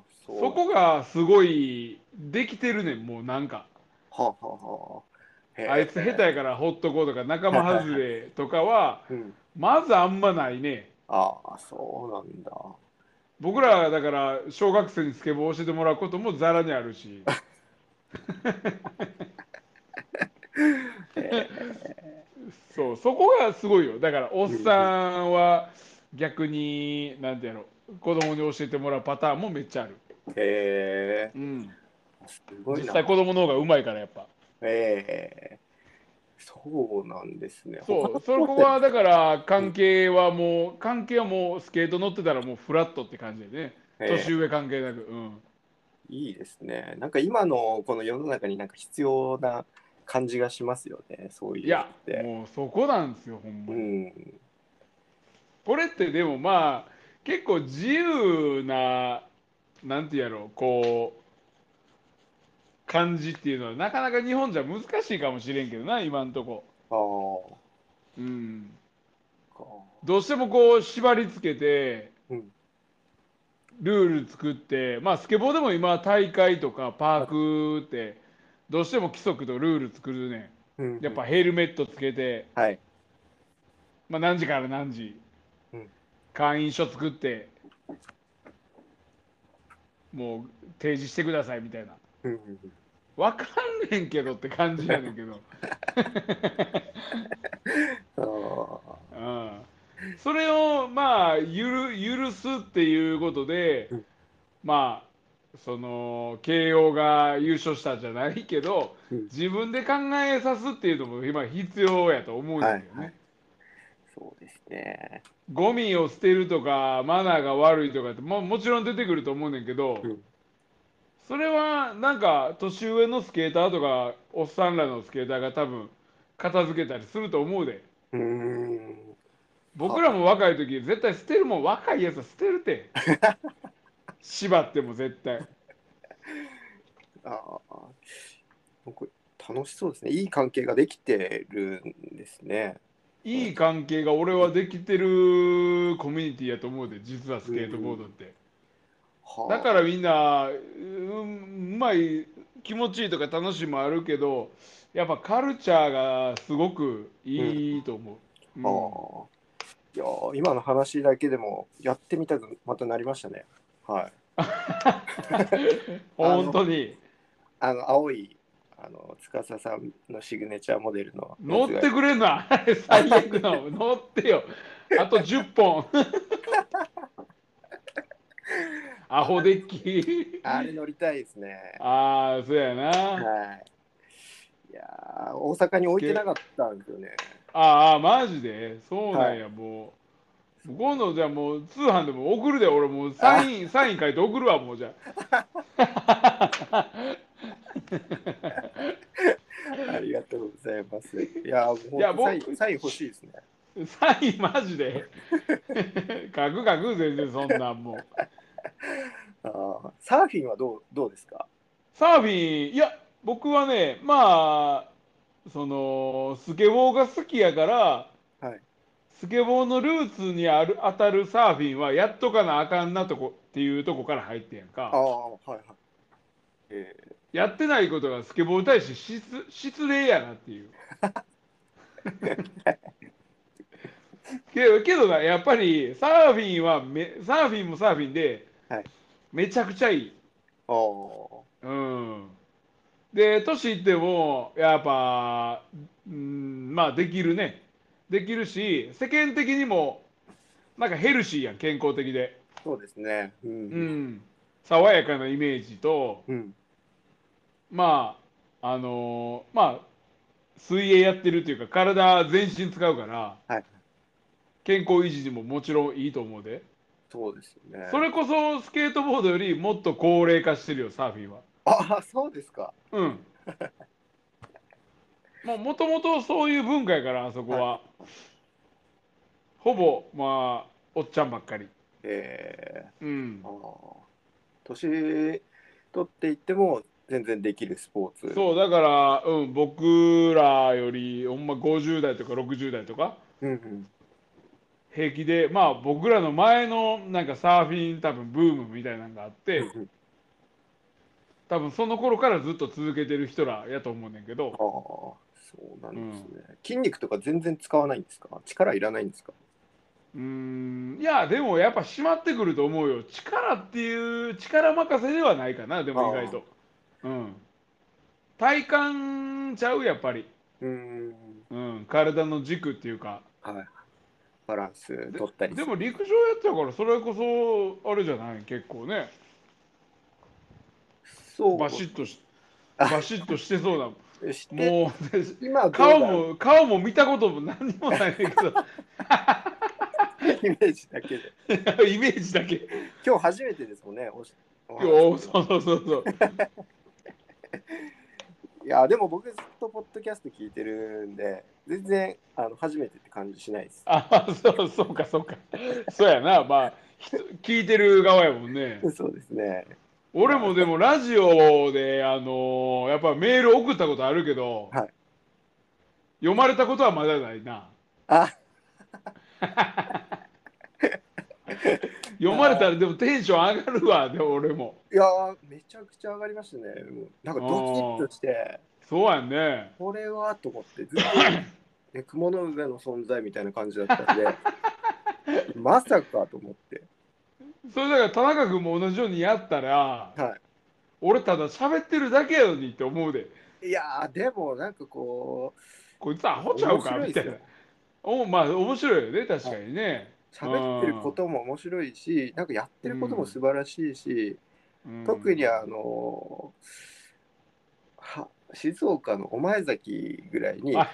Speaker 2: あそ
Speaker 1: そうこがすごいできてるねんもうなんか
Speaker 2: はあはあはあへー
Speaker 1: あいつ下手やからほっとこうとか仲間外れとかは
Speaker 2: うん
Speaker 1: まずあんまないね
Speaker 2: ああ、そうなんだ。
Speaker 1: 僕らだから小学生にスケボー教えてもらうこともざらにあるしそうそこがすごいよだからおっさんは逆になんてやろ子供に教えてもらうパターンもめっちゃある、
Speaker 2: へえ、
Speaker 1: うん、
Speaker 2: すごい
Speaker 1: 実
Speaker 2: な。
Speaker 1: 際子供の方がうまいからやっぱ
Speaker 2: ええそうなんですね。
Speaker 1: そう
Speaker 2: 他
Speaker 1: そ
Speaker 2: の
Speaker 1: こはだから関係はもう関係はもうスケート乗ってたらもうフラットって感じでね
Speaker 2: ええ
Speaker 1: 年上関係なくうん
Speaker 2: いいですね。なんか今のこの世の中になんか必要な感じがしますよね。そういう
Speaker 1: いや
Speaker 2: のって。
Speaker 1: もうそこなんですよほんま
Speaker 2: う
Speaker 1: に。
Speaker 2: ん。
Speaker 1: これってでもまあ結構自由ななんて言うやろうこう感じっていうのはなかなか日本じゃ難しいかもしれんけどな今んとこ、
Speaker 2: ああ。
Speaker 1: うん、
Speaker 2: か
Speaker 1: どうしてもこう縛り付けて
Speaker 2: うん。
Speaker 1: ルール作ってまあスケボーでも今大会とかパークってどうしても規則とルール作るね
Speaker 2: うん
Speaker 1: んやっぱ。ヘルメットつけて、
Speaker 2: はい。
Speaker 1: まあ、何時から何時、
Speaker 2: うん
Speaker 1: 会員証作ってもう提示してくださいみたいな
Speaker 2: うんうんうん
Speaker 1: 分かんねんけどって感じやねんけ
Speaker 2: *laughs*
Speaker 1: ど、
Speaker 2: ああ。
Speaker 1: うん、それをまあゆる許すっていうことで、
Speaker 2: うん
Speaker 1: まあその慶応が優勝したじゃないけど
Speaker 2: うん
Speaker 1: 自分で考えさすっていうのも今必要やと思うんだけどね。
Speaker 2: はいはいそうですね。
Speaker 1: ゴミを捨てるとかマナーが悪いとかってももちろん出てくると思うねんけど、
Speaker 2: うん
Speaker 1: それはなんか年上のスケーターとかおっ
Speaker 2: *laughs*
Speaker 1: さんらのスケーターが多分片付けたりすると思うで
Speaker 2: うーん。
Speaker 1: 僕らも若い時絶対捨てるもん若いやつは捨てるて縛っても絶対
Speaker 2: ああ、僕、楽しそうですね。いい関係ができてるんですね。
Speaker 1: いい関係が俺はできてるコミュニティやと思うで実はスケートボードって、
Speaker 2: は
Speaker 1: だからみんなうんうまい気持ちいいとか楽しいもあるけどやっぱカルチャーがすごくいいと思う、うん
Speaker 2: ああいやー今の話だけでもやってみたくまたなりましたね。はい。
Speaker 1: 本当に
Speaker 2: あの青いあの司さんのシグネチャーモデルの
Speaker 1: 乗っ
Speaker 2: やつ
Speaker 1: て
Speaker 2: が
Speaker 1: くれんな最悪なの乗ってよあと10本 *laughs* アホデッキ
Speaker 2: あれ乗りたいですね。
Speaker 1: ああそうやな、
Speaker 2: はい。いやー大阪に置いてなかったんですよね。
Speaker 1: ああマジでそうなんや、もう今度じゃあもう通販でも送るで俺もうサインサイン書いて送るわもうじゃ
Speaker 2: *laughs*
Speaker 1: あ
Speaker 2: ありがとうございます。いやーも
Speaker 1: いや
Speaker 2: う
Speaker 1: 僕
Speaker 2: サインサイン欲しいですね。
Speaker 1: サインマジ
Speaker 2: *laughs*
Speaker 1: で書く書く全然そんなんもう
Speaker 2: あーサーフィンはどうどうですか
Speaker 1: サーフィンいや僕はねまあそのスケボーが好きやから、
Speaker 2: はい
Speaker 1: スケボーのルーツにある当たるサーフィンはやっとかなあかんなとこっていうとこから入ってんやんか
Speaker 2: ああ、はいはい。えー
Speaker 1: やってないことがスケボーに対して失失礼やなっていう。けどけどな、やっぱりサーフィンはめ、サーフィンもサーフィンで
Speaker 2: はい、
Speaker 1: めちゃくちゃいい。
Speaker 2: あー
Speaker 1: うん。で、年いっても、やっぱ、うん、まあ、できるね。できるし、世間的にも、なんかヘルシーやん、健康的で。
Speaker 2: そうですね。う。
Speaker 1: うんん。爽やかなイメージと、
Speaker 2: うん。
Speaker 1: まああのーまあ水泳やってるというか体全身使うから、
Speaker 2: はい
Speaker 1: 健康維持にももちろんいいと思うで、
Speaker 2: そうですよね。
Speaker 1: それこそスケートボードよりもっと高齢化してるよサーフィンは
Speaker 2: ああ、そうですか。
Speaker 1: うんもうもともとそういう文化やからあそこは、ほぼまあおっちゃんばっかり
Speaker 2: え
Speaker 1: うん
Speaker 2: ー、あー年取っていっても全然できるスポーツ。
Speaker 1: そうだから、うん、僕らよりほんま50代とか60代とか
Speaker 2: うんうん。
Speaker 1: 平気でまあ僕らの前のなんかサーフィン多分ブームみたいなのがあって
Speaker 2: うんうん
Speaker 1: 多分その頃からずっと続けてる人らやと思うねんけ
Speaker 2: ああ、
Speaker 1: ど
Speaker 2: そうなんですね、筋肉とか全然使わないんですか力いらないんですか
Speaker 1: うーんいやでもやっぱ締まってくると思うよ力っていう力任せではないかなでも意外とうん体感ちゃうやっぱり、
Speaker 2: うーん。
Speaker 1: うん、体の軸っていうか
Speaker 2: はい。バランス取ったり
Speaker 1: でも陸上やってたからそれこそあれじゃない結構ね
Speaker 2: そう
Speaker 1: バシッとしバシッとしてそうだもん
Speaker 2: して
Speaker 1: もう
Speaker 2: 今どうだ
Speaker 1: 顔も顔も見たことも何にもないねんけ
Speaker 2: イメージだけで。
Speaker 1: ど *laughs* イメージだけ
Speaker 2: *laughs* 今日初めてですもんね。おしお話
Speaker 1: おそうそうそうそう
Speaker 2: いや、でも僕ずっとポッドキャスト聞いてるんで、全然あの初めてって感じしないです。
Speaker 1: あそうそうかそうかそうやなまあひ聞いてる側やもんね
Speaker 2: そうですね。
Speaker 1: 俺もでもラジオであのーやっぱメール送ったことあるけど、
Speaker 2: はい
Speaker 1: 読まれたことはまだないな
Speaker 2: あ、
Speaker 1: *laughs* 読まれたらでもテンション上がるわでも俺も
Speaker 2: いやー、めちゃくちゃ上がりましたね。もうなんかドキッとして、
Speaker 1: そうやんね
Speaker 2: これはと思って、ずっと、ね、雲の上の存在みたいな感じだったんで、 *laughs* まさかと思って。
Speaker 1: それだから田中君も同じようにやったら、
Speaker 2: は
Speaker 1: 俺ただ喋ってるだけやのにって思うで
Speaker 2: い、いやー、でもなんかこう、
Speaker 1: こいつアホちゃうか
Speaker 2: 面白い
Speaker 1: み
Speaker 2: っす
Speaker 1: た
Speaker 2: よ
Speaker 1: いな。おまあ面白いよね確かにね。
Speaker 2: 喋ってることも面白いし、なんかやってることも素晴らしいし、
Speaker 1: うん
Speaker 2: 特にあのは静岡のお前崎ぐらいに
Speaker 1: あ
Speaker 2: こ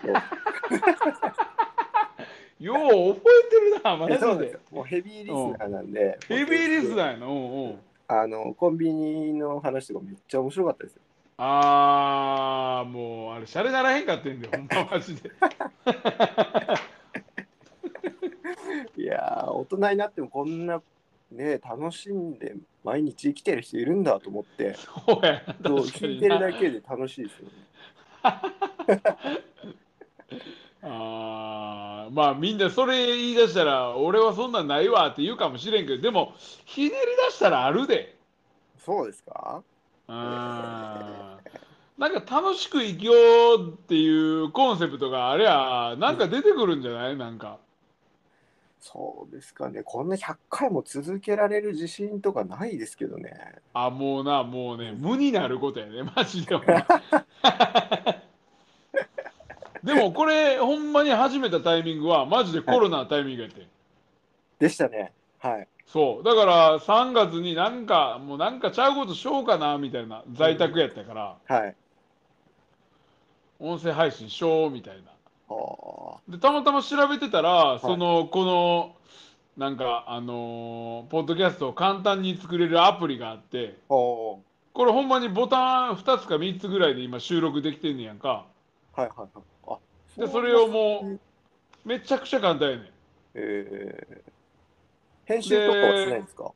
Speaker 2: う
Speaker 1: よう覚えてるなマ
Speaker 2: いやそうなん
Speaker 1: ジ
Speaker 2: で
Speaker 1: で
Speaker 2: すよ。もうヘビーリスナーなんで
Speaker 1: ヘビーリスナーやな。うんうん。
Speaker 2: あのコンビニの話とかめっちゃ面白かったですよ
Speaker 1: あーもうあれ
Speaker 2: *laughs*
Speaker 1: シャレならへんかってんだよほんまマジで。
Speaker 2: 人になってもこんなね楽しんで毎日生きてる人いるんだと思って
Speaker 1: そうやな
Speaker 2: そう
Speaker 1: 確か
Speaker 2: 聞い
Speaker 1: に
Speaker 2: て
Speaker 1: な
Speaker 2: るだけで楽しいですよね。
Speaker 1: あーまあみんなそれ言い出したら俺はそんなんないわって言うかもしれんけどでもひねり出したらあるで
Speaker 2: そうですか
Speaker 1: あーなんか楽しく生きようっていうコンセプトがありゃなんか出てくるんじゃないなんか
Speaker 2: そうですかね。こんな100回も続けられる自信とかないですけどね。
Speaker 1: あもうなもうね無になることやねマジででもこれほんまに始めたタイミングはマジでコロナのタイミングやって
Speaker 2: でしたね。はい。
Speaker 1: そうだから3月になんかもうなんかちゃうことしようかなみたいな在宅やったから、
Speaker 2: はい。
Speaker 1: 音声配信しようみたいな
Speaker 2: あー
Speaker 1: でたまたま調べてたらその、このなんかあのーポッドキャストを簡単に作れるアプリがあって
Speaker 2: お
Speaker 1: これほんまにボタン2つか3つぐらいで今収録できてんねやんか
Speaker 2: ーはいはいはい。あ
Speaker 1: でそれをもうめちゃくちゃ簡単やねん
Speaker 2: えー、編集とかはしないんですか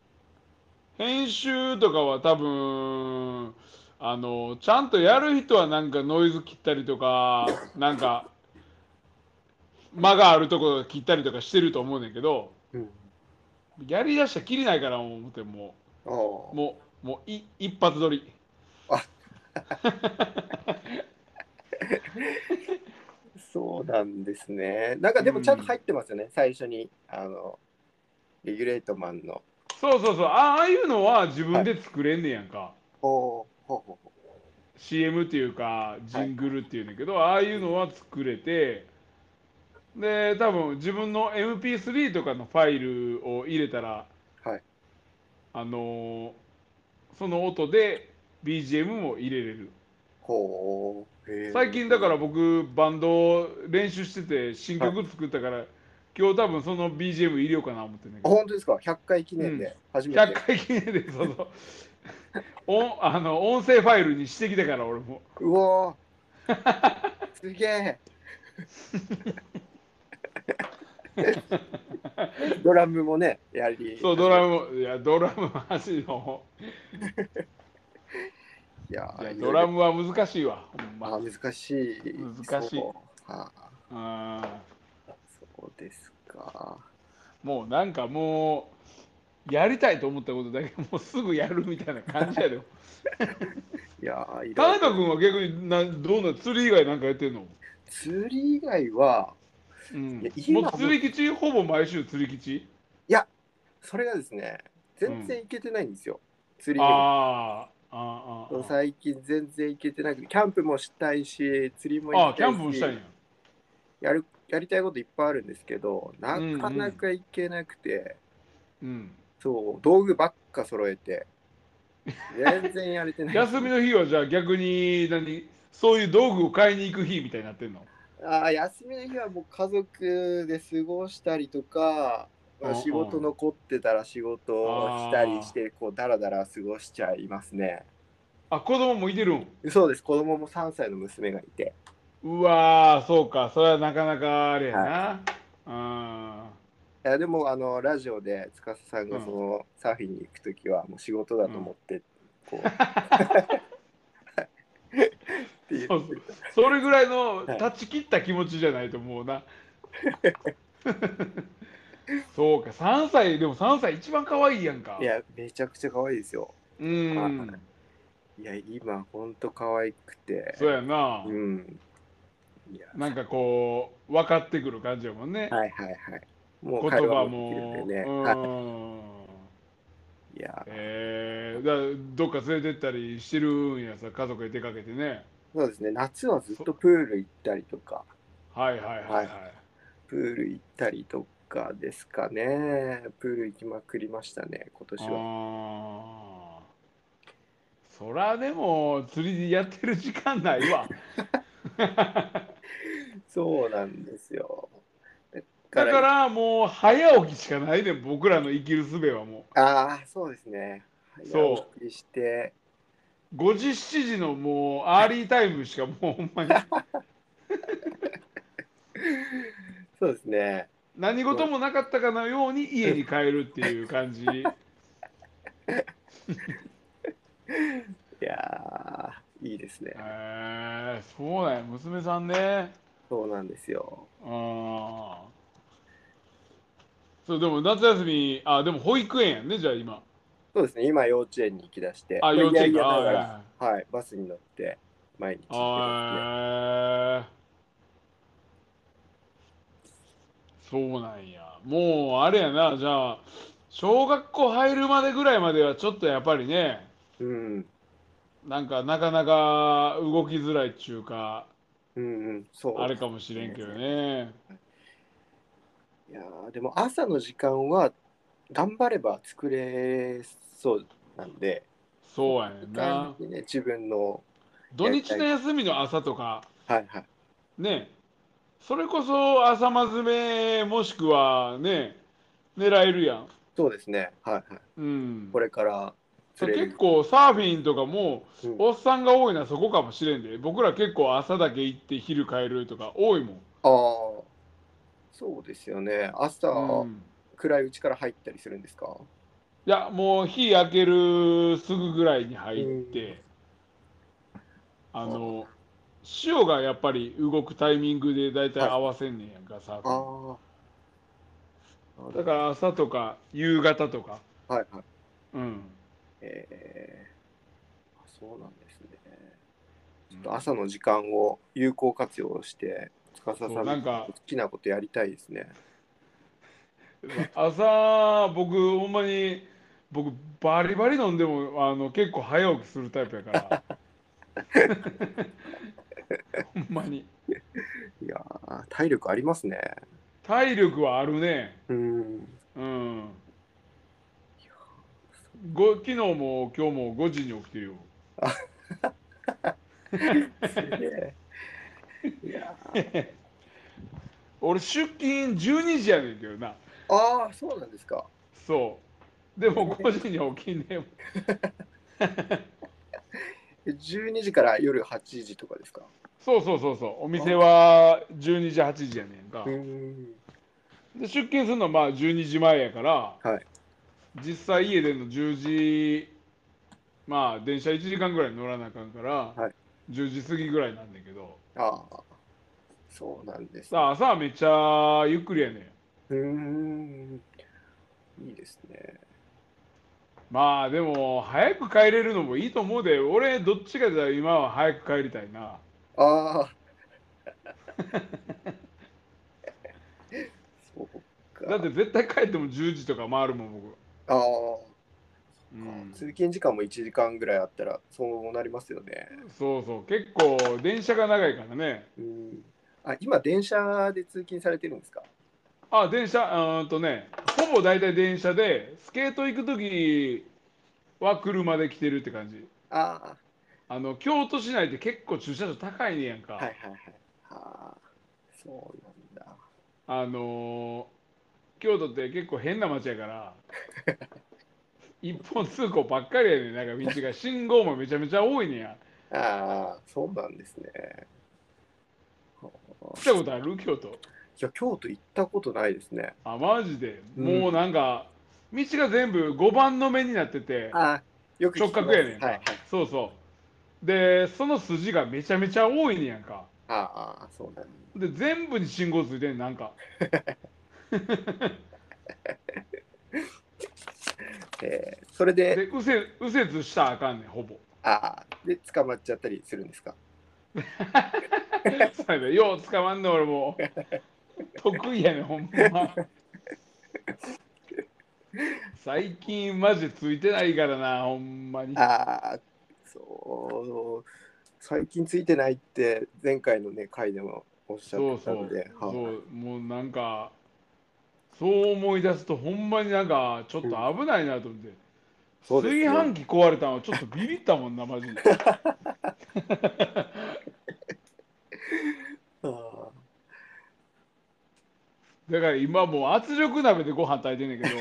Speaker 1: 編集とかは多分あのちゃんとやる人はなんかノイズ切ったりとかなんか間があるところ切ったりとかしてると思うねんけど
Speaker 2: うん。
Speaker 1: やりだしたら切りないから思っても
Speaker 2: あ
Speaker 1: う
Speaker 2: ー
Speaker 1: もうもうい一発撮り
Speaker 2: そうなんですね。なんかでもちゃんと入ってますよね。最初に。あの、レギュレートマンの。
Speaker 1: そうそうそうあああいうのは自分で作れんねやんか、
Speaker 2: ほうほうほうほ
Speaker 1: CM っていうかジングルっていうんだけど、ああいうのは作れてで多分自分の MP3 とかのファイルを入れたら、
Speaker 2: はい
Speaker 1: あのーその音で BGM も入れれる
Speaker 2: うほう。へー
Speaker 1: 最近だから僕バンド練習してて新曲作ったから、今日多分その BGM 入れようかな思ってんだ
Speaker 2: あ
Speaker 1: けど
Speaker 2: 本当ですか ?100 回記念で初めて。
Speaker 1: 100回記念でそうそう音あの音声ファイルにしてきたから俺も。
Speaker 2: うお
Speaker 1: *laughs*
Speaker 2: ーすげえドラムもね、やり。
Speaker 1: そう、ドラム、いや、ドラムは走るの。
Speaker 2: いや
Speaker 1: いや、
Speaker 2: ー
Speaker 1: ドラムは難しいわ、ほん
Speaker 2: あ
Speaker 1: ま。
Speaker 2: ー難しい。
Speaker 1: 難しい
Speaker 2: そうはあ
Speaker 1: あ
Speaker 2: そうですか。
Speaker 1: もうなんかもう、やりたいと思ったことだけ、もうすぐやるみたいな感じや
Speaker 2: *laughs*
Speaker 1: で。
Speaker 2: いやーい
Speaker 1: 田
Speaker 2: ろい
Speaker 1: 中
Speaker 2: ろ
Speaker 1: 君は逆にな、どうなん、釣り以外なんかやってんの、
Speaker 2: 釣り以外は、
Speaker 1: うん
Speaker 2: いや、今
Speaker 1: もう釣り基地、ほぼ毎週釣り基地
Speaker 2: それがですね、全然行けてないんですよ。釣りにも
Speaker 1: あーあー、あー
Speaker 2: 最近全然行けてなくて、キャンプもしたいし、釣りも
Speaker 1: あー、あー
Speaker 2: 行
Speaker 1: キ
Speaker 2: きた
Speaker 1: ャ
Speaker 2: いし。
Speaker 1: ンプもしたいんや。
Speaker 2: やるやりたいこといっぱいあるんですけどなかなか行けなくて、
Speaker 1: うん。
Speaker 2: そう道具ばっか揃えて全然やれてない
Speaker 1: 休みの日はじゃあ逆に何そういう道具を買いに行く日みたいになってんの
Speaker 2: あー休みの日はもう家族で過ごしたりとか、ま
Speaker 1: うん
Speaker 2: あ
Speaker 1: うん
Speaker 2: 仕事残ってたら仕事をしたりしてこうダラダラ過ごしちゃいますね
Speaker 1: あ子供もいてるん
Speaker 2: そうです子供も3歳の娘がいて
Speaker 1: うわー、そうか、それはなかなかあれやな。
Speaker 2: いやでもあのラジオで司さんが
Speaker 1: うん
Speaker 2: そのサーフィンに行く時はもう仕事だと思って、こう
Speaker 1: *laughs*
Speaker 2: っていう
Speaker 1: そうそうそれぐらいの断ち切った気持ちじゃないと思うな。 *laughs* そうか、3歳、でも3歳一番可愛いやんか。
Speaker 2: いや、めちゃくちゃ可愛いですよ。
Speaker 1: うん、
Speaker 2: いや、今、ほんと可愛くて。
Speaker 1: そうやな
Speaker 2: う。ん。いや、
Speaker 1: なんかこう、分かってくる感じやもんね。
Speaker 2: はいはいはい。も
Speaker 1: 言葉
Speaker 2: でき
Speaker 1: も。
Speaker 2: るんでね。
Speaker 1: うん
Speaker 2: は。い、いや、
Speaker 1: えー、だからどっか連れてったりしてるんやさ、家族で出かけてね。
Speaker 2: そうですね。夏はずっとプール行ったりとか、
Speaker 1: はいはいはいはい。
Speaker 2: はプール行ったりとかですかね。プール行きまくりましたね、今年
Speaker 1: あ
Speaker 2: は。
Speaker 1: あそらでも釣りやってる時間ないわ
Speaker 2: そうなんですよ。だ
Speaker 1: だ *laughs* からもう早起きしかないで僕らの生きる術はも
Speaker 2: ああ、そうですね。
Speaker 1: そう
Speaker 2: 早起きして、
Speaker 1: う5時7時のもうアーリータイムしか *laughs* もうほんまに
Speaker 2: そうですね。
Speaker 1: 何事もなかったかのように家に帰るっていう感じ。
Speaker 2: いやーいいですね。
Speaker 1: えー、そうなんや、娘さんね。
Speaker 2: そうなんですよ。
Speaker 1: あーそう、でも夏休み、あ、でも保育園やんね、じゃあ今。
Speaker 2: そうですね、今幼稚園に行き出して、
Speaker 1: あ、幼稚園
Speaker 2: いや
Speaker 1: か。
Speaker 2: いやだから
Speaker 1: あ
Speaker 2: はい、バスに乗って毎日行って
Speaker 1: ー
Speaker 2: ま
Speaker 1: あーそうなんや。もう、あれやな、じゃあ、小学校入るまでぐらいまではちょっとやっぱりね、
Speaker 2: すね。うん、
Speaker 1: なんかなかなか動きづらいっちゅうか、
Speaker 2: うん、うん、そう。
Speaker 1: あれかもしれんけどね。
Speaker 2: いやーでも朝の時間は頑張れば作れそうなんで、
Speaker 1: そうやねんな。
Speaker 2: 時間ね、自分の、
Speaker 1: 土日の休みの朝とか、
Speaker 2: はいはい、
Speaker 1: ね、それこそ朝まずめもしくはね、狙えるやん。
Speaker 2: そうですね、はいはい、
Speaker 1: うん。
Speaker 2: これから釣れ
Speaker 1: 結
Speaker 2: る。
Speaker 1: 構サーフィンとかも、
Speaker 2: うん
Speaker 1: おっさんが多いのはそこかもしれんで、僕ら結構朝だけ行って昼帰るとか多いもん。
Speaker 2: ああ、そうですよね。朝、
Speaker 1: うん
Speaker 2: 暗いうちから入ったりするんですか
Speaker 1: いや、もう日焼けるすぐぐらいに入って、
Speaker 2: うん
Speaker 1: あの、潮がやっぱり動くタイミングで大体合わせんねんやんか、サーフィン
Speaker 2: ああ。
Speaker 1: だから朝とか夕方とか、
Speaker 2: ら、はいはい。
Speaker 1: うん。
Speaker 2: えー、あそうなんですね。ちょっと朝の時間を有効活用して、司さん
Speaker 1: そうなんか
Speaker 2: 好きなことやりたいですね。
Speaker 1: 朝、僕、ほんまに、僕、バリバリ飲んでも、あの結構早起きするタイプや *laughs* から。ほんまに。
Speaker 2: いやー、体力ありますね。
Speaker 1: 体力はあるね。
Speaker 2: うん。 *laughs*
Speaker 1: うん。ご昨日も今日も5時に起きてるよ。 *laughs*
Speaker 2: すげえいやー
Speaker 1: 俺、出勤12時やねんけどな。
Speaker 2: ああ、そうなんですか。
Speaker 1: そう。でも5時に起きんねん。
Speaker 2: 12時から夜8時とかですか。
Speaker 1: そうそうそうそう。お店は12時、8時やねんか。
Speaker 2: ん。
Speaker 1: で出勤するのはまあ12時前やから、
Speaker 2: はい
Speaker 1: 実際家出るの10時まあ電車1時間ぐらい乗らなあかんから、
Speaker 2: はい
Speaker 1: 10時過ぎぐらいなんだけど
Speaker 2: ああ、そうなんです、
Speaker 1: さあ朝はめっちゃゆっくりやねん
Speaker 2: うーん。いいですね。
Speaker 1: まあでも早く帰れるのもいいと思うで俺どっちかじゃ今は早く帰りたいな
Speaker 2: あ *laughs* あ。そうか。
Speaker 1: だって絶対帰っても10時とか回るもん僕、
Speaker 2: ああ、
Speaker 1: うん、
Speaker 2: 通勤時間も1時間ぐらいあったら、そうなりますよね。
Speaker 1: そうそう結構電車が長いからね
Speaker 2: うん。あ、今、電車で通勤されてるんですか
Speaker 1: あ、電車、うーんとね、ほぼ大体電車で、スケート行くときは車で来てるって感じ。
Speaker 2: あ
Speaker 1: あの、京都市内って結構駐車場高いねやんか。
Speaker 2: あ、はいはいはい。ああ、そうなんだ。
Speaker 1: あのー京都って結構変な街や
Speaker 2: *laughs*
Speaker 1: から、一本通行ばっかりやねん、なんか道が。信号もめちゃめちゃ多いねや。
Speaker 2: ああ、そうなんですね。
Speaker 1: 来たことある京都。
Speaker 2: いや、京都行ったことないですね。
Speaker 1: あ、マジで。
Speaker 2: うん
Speaker 1: もうなんか、道が全部5番の目になってて、
Speaker 2: ああ、よく聞
Speaker 1: 直
Speaker 2: きます
Speaker 1: 角やねんか。
Speaker 2: はいはい。
Speaker 1: そうそう。で、その筋がめちゃめちゃ多いねやんか。
Speaker 2: ああ、そうなんだ。
Speaker 1: で全部に信号ついてんなんか
Speaker 2: えー、それで、
Speaker 1: で右折右折したらあかんねんほぼ *laughs*
Speaker 2: ああ、で、捕まっちゃったりするんですか。
Speaker 1: そうやでよう捕まんねん俺も *laughs* う得意やねんほん
Speaker 2: *laughs*
Speaker 1: ま最近マジでついてないからなほんまに
Speaker 2: ああ、そう、最近ついてないって、前回のね、回でもおっしゃ
Speaker 1: そ
Speaker 2: っ
Speaker 1: う
Speaker 2: て
Speaker 1: そ
Speaker 2: た
Speaker 1: う
Speaker 2: ので、
Speaker 1: そ
Speaker 2: はいう
Speaker 1: もうなんかそう思い出すとほんまになんかちょっと危ないなと思って、
Speaker 2: そうですね
Speaker 1: 炊飯器壊れたのはちょっとビビったもんなマジ
Speaker 2: *laughs*
Speaker 1: で
Speaker 2: あ
Speaker 1: だから今もう圧力鍋でご飯炊いてんねんけど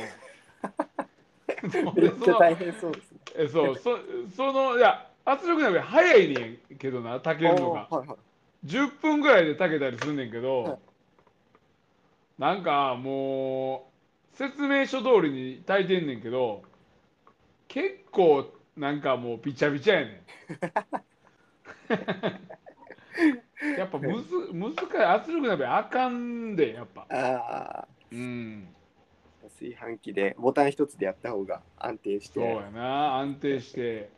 Speaker 2: あめっちゃ大変そうですね。
Speaker 1: え *laughs* そうそそのいや圧力鍋早いねんけどな炊けるの
Speaker 2: あ
Speaker 1: が
Speaker 2: あはいはい
Speaker 1: 10分ぐらいで炊けたりすんねんけど、
Speaker 2: はい
Speaker 1: なんかもう説明書通りに炊いてんねんけど結構なんかもうびちゃびちゃやね *laughs* んやっぱむず難しい圧力鍋あかんでやっぱ
Speaker 2: ああ、
Speaker 1: うん
Speaker 2: 炊飯器でボタン一つでやった方が安定して
Speaker 1: そうやな安定して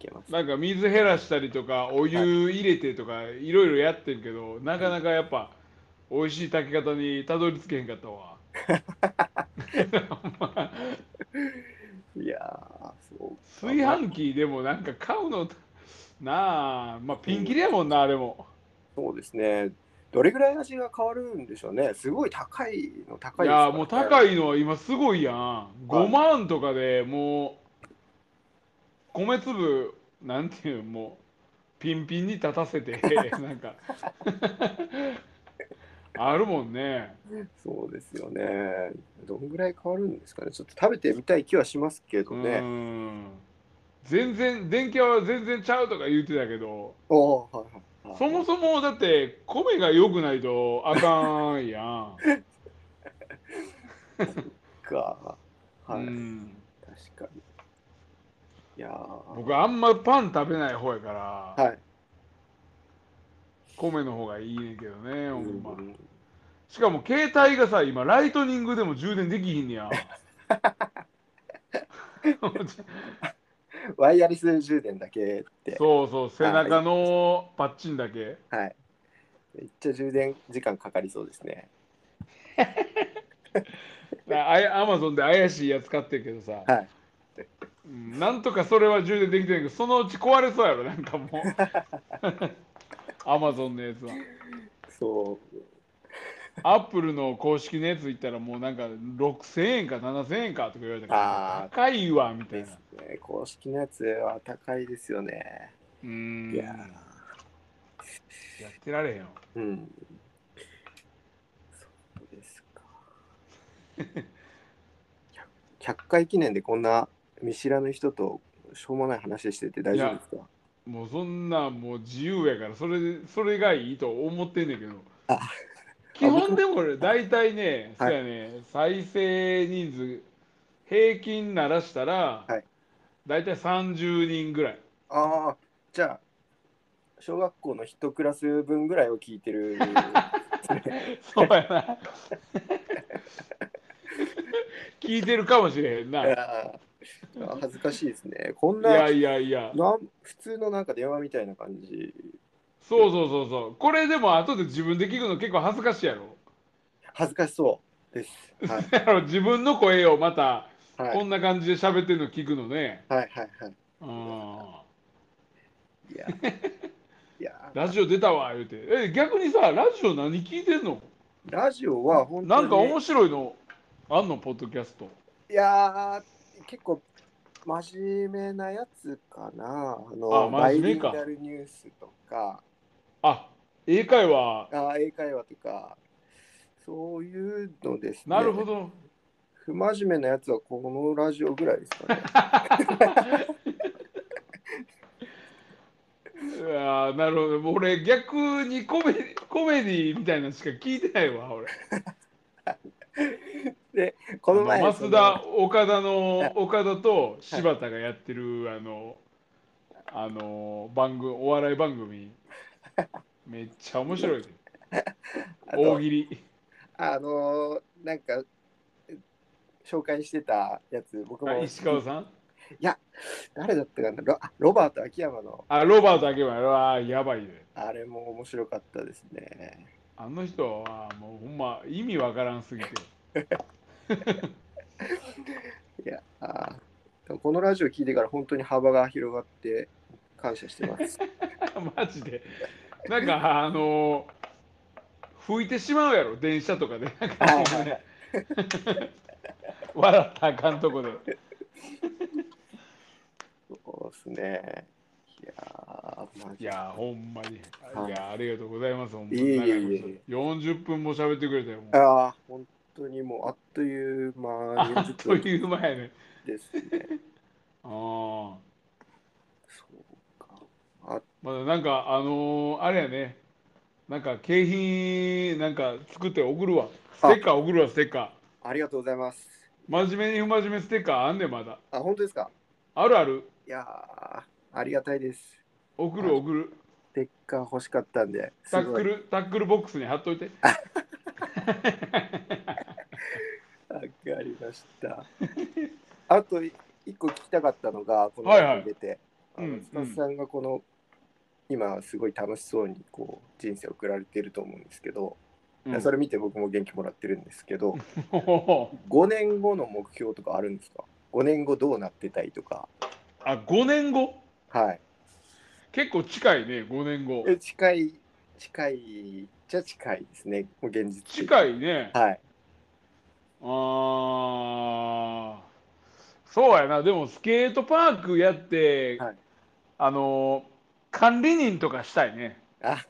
Speaker 2: 炊けます。
Speaker 1: なんか水減らしたりとかお湯入れてとかいろいろやってんけどなかなかやっぱ美味しい炊き方にたどり着けへんかったわほんま
Speaker 2: いやー、そう。
Speaker 1: 炊飯器でもなんか買うのなあまあピンキリやもんなあれも
Speaker 2: そうですね。どれぐらい味が変わるんでしょうね。すごい高いの高
Speaker 1: い
Speaker 2: いですから
Speaker 1: や
Speaker 2: ね
Speaker 1: もう高いのは今すごいやん5万とかでもう米粒なんていうのもうピンピンに立たせ
Speaker 2: *laughs*
Speaker 1: てなんか *laughs* あるもんね
Speaker 2: そうですよね。どんぐらい変わるんですかね。ちょっと食べてみたい気はしますけど
Speaker 1: う
Speaker 2: ね。
Speaker 1: ん全然電気屋は全然ちゃうとか言ってたけど
Speaker 2: おーはいはいはい
Speaker 1: そもそもだって米が良くないとあかんやん、
Speaker 2: か。はい、
Speaker 1: うん
Speaker 2: 確かに。いやー
Speaker 1: 僕あんまパン食べない方やから、
Speaker 2: はい。
Speaker 1: 米の方がいいねんけどねほんま
Speaker 2: うん
Speaker 1: しかも携帯がさ今ライトニングでも充電できひん
Speaker 2: *laughs*
Speaker 1: ねや
Speaker 2: ワイヤレス充電だけって、
Speaker 1: そうそう背中のパッチンだけ
Speaker 2: はい。めっちゃ充電時間かかりそうですね。
Speaker 1: アマゾンで怪しいやつ買ってるけどさ、
Speaker 2: はい
Speaker 1: うんなんとかそれは充電できてんけどそのうち壊れそうやろなんか
Speaker 2: *laughs*
Speaker 1: もう *laughs* アマゾンのやつは
Speaker 2: そう。
Speaker 1: アップルの公式のやつ行ったらもうなんか6000円か7000円かとか言われたから
Speaker 2: あー
Speaker 1: 高いわみたいな
Speaker 2: ですね。公式のやつは高いですよね。
Speaker 1: うーん
Speaker 2: い
Speaker 1: や
Speaker 2: や
Speaker 1: ってられへんよ
Speaker 2: うん。そうですか。100, 100回記念でこんな見知らぬ人としょうもない話してて大丈夫ですか
Speaker 1: もうそんなんもう自由やからそれそれがいいと思ってんねんけど
Speaker 2: あ
Speaker 1: 基本でも俺大体ね、
Speaker 2: はい
Speaker 1: そうやね再生人数平均ならしたら、
Speaker 2: はい
Speaker 1: 大体30人ぐらい
Speaker 2: ああ、じゃあ、小学校の一クラス分ぐらいを聞いて *laughs* る。
Speaker 1: そうや
Speaker 2: *laughs*
Speaker 1: な聞いてるかもしれへんない
Speaker 2: あー恥ずかしいですね。こんな
Speaker 1: やいやいや
Speaker 2: なん普通のなんか電話みたいな感じ。
Speaker 1: そうそうそうそうこれでも後で自分で聞くの結構恥ずかしいやろ *laughs*
Speaker 2: 恥ずかしそうです。はい
Speaker 1: だから自分の声をまた
Speaker 2: はい
Speaker 1: こんな感じで喋ってるの聞くのね、
Speaker 2: はいはいはい。
Speaker 1: うん
Speaker 2: いやーいやー
Speaker 1: ラジオ出たわ言うてえ逆にさラジオ何聞いてんの
Speaker 2: ラジオは本当に
Speaker 1: なんか面白いのあんのポッドキャスト
Speaker 2: いやー結構真面目なやつかなあの
Speaker 1: あ
Speaker 2: バイ
Speaker 1: 真面
Speaker 2: リン
Speaker 1: 目か
Speaker 2: ガルニュースとか
Speaker 1: あ英会話
Speaker 2: あー英会話とかそういうのですね
Speaker 1: なるほど、
Speaker 2: 不真面目なやつはこのラジオぐらいです
Speaker 1: *laughs*
Speaker 2: かね
Speaker 1: うわーなるほどもう俺逆にコメディコメディみたいなのしか聞いてないわ俺
Speaker 2: この前
Speaker 1: あの増田岡田の岡田と柴田がやってるあのあの番組お笑い番
Speaker 2: *laughs*
Speaker 1: 組めっちゃ面白いで
Speaker 2: あ
Speaker 1: 大
Speaker 2: の
Speaker 1: 喜利
Speaker 2: あのーなんか紹介してたやつ僕
Speaker 1: あ
Speaker 2: も
Speaker 1: 石川さん
Speaker 2: 誰だったかなロあロバート秋山の
Speaker 1: あロバートあけばあやばいね
Speaker 2: あれも面白かったですね
Speaker 1: あの人はもうほんま意味わからんすぎて *laughs*
Speaker 2: いやあーでもこのラジオ聞いてから本当に幅が広がって感謝してます
Speaker 1: マジでなんか
Speaker 2: *laughs*
Speaker 1: あの吹いてしまうやろ電車とかでなんか
Speaker 2: はいはいはい
Speaker 1: *laughs* 笑ったらあかんとこで
Speaker 2: そうですね。いやー、マ
Speaker 1: い
Speaker 2: ジ
Speaker 1: やーほんまに。い
Speaker 2: はい
Speaker 1: やーありがとうございます。ほんま
Speaker 2: いえいえいえ
Speaker 1: 長こと40分も喋ってくれたよ。もう
Speaker 2: ああ、本当にもうあっという間
Speaker 1: あっ
Speaker 2: 40
Speaker 1: と
Speaker 2: 分
Speaker 1: いう間やね。
Speaker 2: ですね。
Speaker 1: あー
Speaker 2: そうか。あ
Speaker 1: まだなんかあのーあれやね。なんか景品なんか作って送るわステ
Speaker 2: あ
Speaker 1: ッカー送るわステッカー
Speaker 2: ありがとうございます。
Speaker 1: 真面目に不真面目ステッカーあんねんまだ
Speaker 2: あ、本当ですか
Speaker 1: あるある
Speaker 2: いやー、ありがたいです。
Speaker 1: 送る送る
Speaker 2: ステッカー欲しかったんで。
Speaker 1: タ
Speaker 2: す
Speaker 1: ッ
Speaker 2: ご
Speaker 1: ク
Speaker 2: い。
Speaker 1: ルタックルボックスに貼っといて *laughs*
Speaker 2: わかりました。 *laughs* あと、い一個聞きたかったのが、この
Speaker 1: はいはい
Speaker 2: 出て、あ
Speaker 1: う
Speaker 2: の
Speaker 1: ん
Speaker 2: スタッフさんがこの、今すごい楽しそうにこう人生を送られてると思うんですけど、
Speaker 1: うん
Speaker 2: それ見て僕も元気もらってるんですけど、
Speaker 1: ほほほ
Speaker 2: 5年後の目標とかあるんですか ?5 年後どうなってたいとか。
Speaker 1: あ5年後
Speaker 2: はい。
Speaker 1: 結構近いね5年後
Speaker 2: え近い、近いじゃ近いですね。もう現実的に。
Speaker 1: 近いね
Speaker 2: はい。
Speaker 1: あーそうやなでもスケートパークやって、
Speaker 2: はい
Speaker 1: あのー管理人とかしたいね
Speaker 2: あ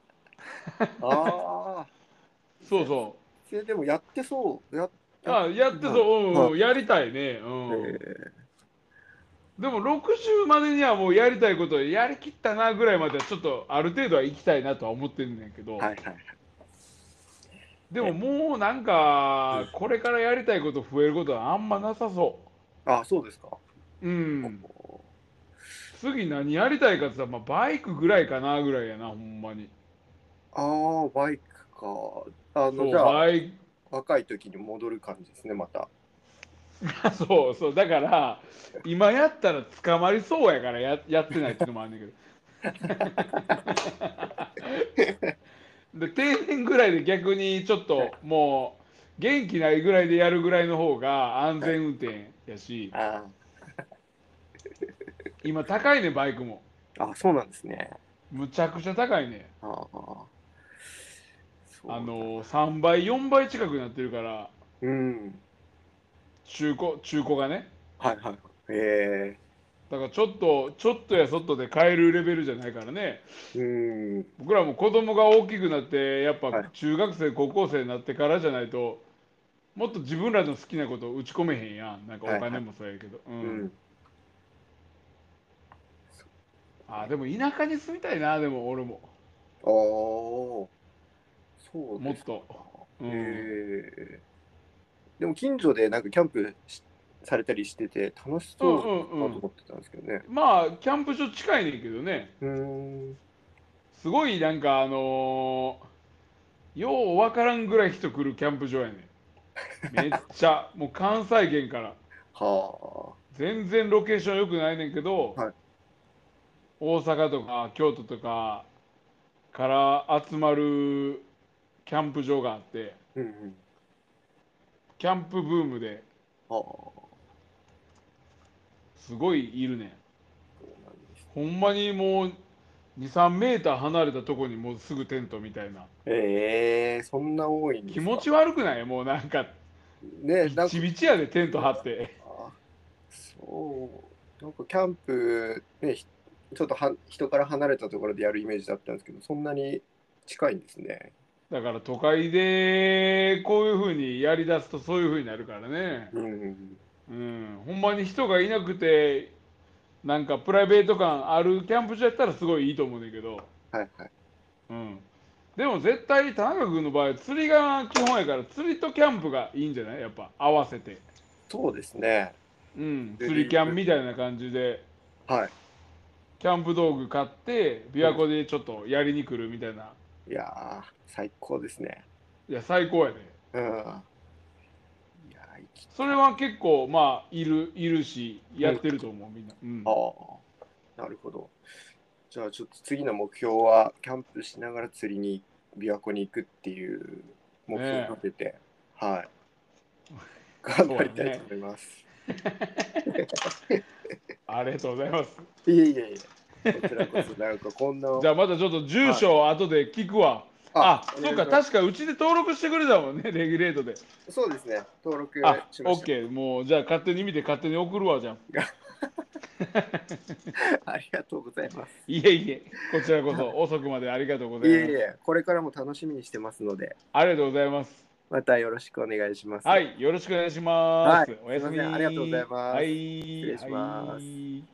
Speaker 2: *laughs* ああ。
Speaker 1: そうそ
Speaker 2: それでもやってそう。やっ
Speaker 1: うあやってそう、うんうんやりたいね、うん
Speaker 2: え
Speaker 1: でも60までにはもうやりたいことをやりきったなぐらいまではちょっとある程度は行きたいなとは思ってんねんけど、
Speaker 2: ーはいはい。
Speaker 1: でももうなんかこれからやりたいこと増えることはあんまなさそ
Speaker 2: あそうですか。
Speaker 1: ううん次何やりたいかって言ったら、まあ、バイクぐらいかなぐらいやなほんまに
Speaker 2: ああ、バイクか。あ
Speaker 1: そ
Speaker 2: の、
Speaker 1: う
Speaker 2: じゃあ、
Speaker 1: バイク
Speaker 2: 若い時に戻る感じですね、また。
Speaker 1: *laughs* そうそうだから今やったら捕まりそうやからややってないっていうのもあるんだけ
Speaker 2: *laughs*
Speaker 1: どで定年ぐらいで逆にちょっともう元気ないぐらいでやるぐらいの方が安全運転やし
Speaker 2: あ
Speaker 1: 今高いねバイクも
Speaker 2: あ、あそうなんですね。
Speaker 1: むちゃくちゃ高いね
Speaker 2: ああ。そう
Speaker 1: あ、の3倍4倍近くなってるから
Speaker 2: うん。
Speaker 1: 中古中古がね
Speaker 2: はいはい。え
Speaker 1: だからちょっとちょっとやそっとで買えるレベルじゃないからね
Speaker 2: えうん。
Speaker 1: 僕らも子供が大きくなってやっ
Speaker 2: は
Speaker 1: ぱ
Speaker 2: い
Speaker 1: 中学生、高校生になってからじゃないともっと自分らの好きなことを打ち込めへんやんなんかお
Speaker 2: はいは
Speaker 1: 金
Speaker 2: い
Speaker 1: もそうやけど、
Speaker 2: う
Speaker 1: うん
Speaker 2: ん。
Speaker 1: あでも田舎に住みたいなでも俺も
Speaker 2: ああ。そう
Speaker 1: も
Speaker 2: で
Speaker 1: っ
Speaker 2: す
Speaker 1: と、うん
Speaker 2: えでも近所でなんかキャンプしされたりしてて楽しそうだなと思ってたんですけどね。
Speaker 1: まあキャンプ場近いねんけどね
Speaker 2: うーん。
Speaker 1: すごいなんかあのーようわからんぐらい人来るキャンプ場やねんめっちゃもう関西圏から
Speaker 2: は
Speaker 1: 全然ロケーション良くないねんけど、
Speaker 2: はい
Speaker 1: 大阪とか京都とかから集まるキャンプ場があって
Speaker 2: あ。うんうん。
Speaker 1: キャンプブームで
Speaker 2: はあ。
Speaker 1: すごいいるねん
Speaker 2: そうなんです。
Speaker 1: ほんまにもう23メーター離れたとこにもうすぐテントみたいな
Speaker 2: ええそんな多いんです
Speaker 1: 気
Speaker 2: か
Speaker 1: 持ち悪くないもうなんか
Speaker 2: ね
Speaker 1: ビ
Speaker 2: なんか
Speaker 1: チビチやでテント張って
Speaker 2: あそうなんかキャンプねひちょっとは人から離れたところでやるイメージだったんですけどそんなに近いんですね。
Speaker 1: だから都会でこういう風にやりだすとそういう風になるからね
Speaker 2: うん。
Speaker 1: うん、ほんまに人がいなくてなんかプライベート感あるキャンプ場やったらすごいいいと思うねんだけど、
Speaker 2: はいはい。
Speaker 1: うん、でも絶対田中君の場合釣りが基本やから釣りとキャンプがいいんじゃないやっぱ合わせて、
Speaker 2: そうですね。
Speaker 1: うん、釣りキャンみたいな感じで
Speaker 2: は
Speaker 1: キャンプ道具買って琵琶湖でちょっとやりに来るみたいな、
Speaker 2: い。いやー最高ですね。
Speaker 1: いや最高やね
Speaker 2: うん。いやー生き
Speaker 1: それは結構まあいるいるしやってると思うみんな、うん
Speaker 2: あ、あなるほど。じゃあちょっと次の目標はキャンプしながら釣りに琵琶湖に行くっていう目標を立てて、 *laughs* はい。頑張りたいと思います。
Speaker 1: ありがとうございます
Speaker 2: いえいえいえ。こちらこそなんかこんな。
Speaker 1: じゃあまたちょっと住所を後で聞くわ、あ、そうか、
Speaker 2: た
Speaker 1: 確かうちで登録してくれたもんね、 *laughs* レギュレートで。
Speaker 2: そうですね。登録
Speaker 1: あ
Speaker 2: し、ま
Speaker 1: オ
Speaker 2: し
Speaker 1: ッケー、もうじゃあ勝手に見て勝手に送るわじゃん。
Speaker 2: た。ありがとうございます。
Speaker 1: いえいえ、こちらこそ
Speaker 2: *laughs*
Speaker 1: 遅くまでありがとうござ
Speaker 2: い
Speaker 1: い
Speaker 2: えい
Speaker 1: ます。
Speaker 2: え、これからも楽しみにしてますので、
Speaker 1: ありがとうございます。
Speaker 2: またよろしくお願いします。
Speaker 1: は。い、よろしくお願いします。
Speaker 2: はい
Speaker 1: おやすみ。
Speaker 2: すいませんありがとうございます
Speaker 1: はい、
Speaker 2: 失礼します
Speaker 1: はい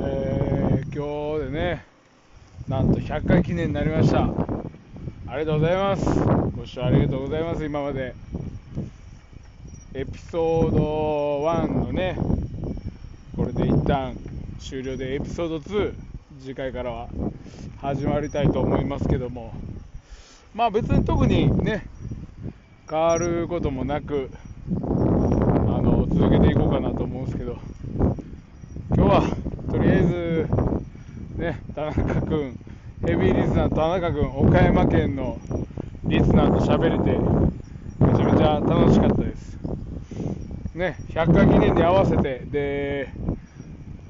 Speaker 1: えー今日でね、なんと100回記念になりましたありがとうございますご視聴ありがとうございます今までエピソード1のねこれで一旦終了でエピソード2次回からは始まりたいと思いますけどもまあ別に特にね変わることもなくあの続けていこうかなと思うんですけど今日はとりあえずね田中君ヘビーリスナー田中君岡山県のリスナーと喋れてめちゃめちゃ楽しかったですね100回記念に合わせてで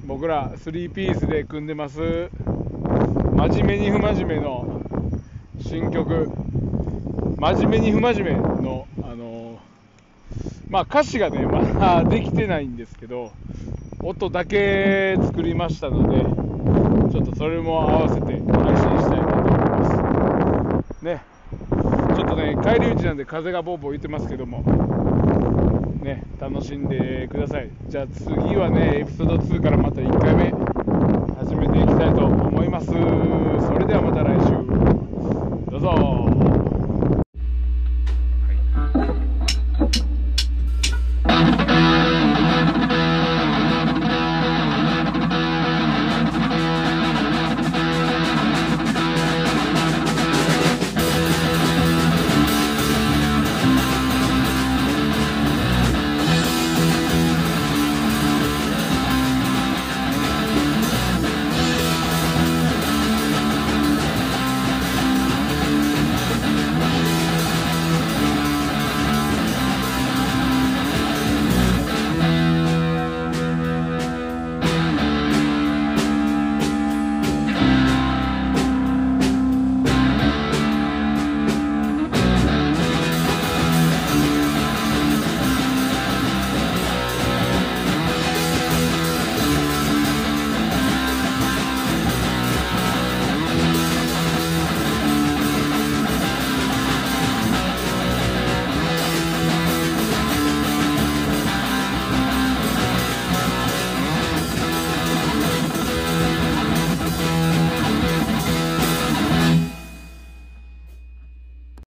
Speaker 1: 僕ら3ピースで組んでます真面目に不真面目の新曲「真面目に不真面目の」あのまあ歌詞がねまだ *laughs* できてないんですけど音だけ作りましたのでちょっとそれも合わせて配信したいなと思いますねちょっとね帰り道なんで風がボーボー言ってますけどもね楽しんでくださいじゃあ次はねエピソード2からまた1回目始めていきたいと思います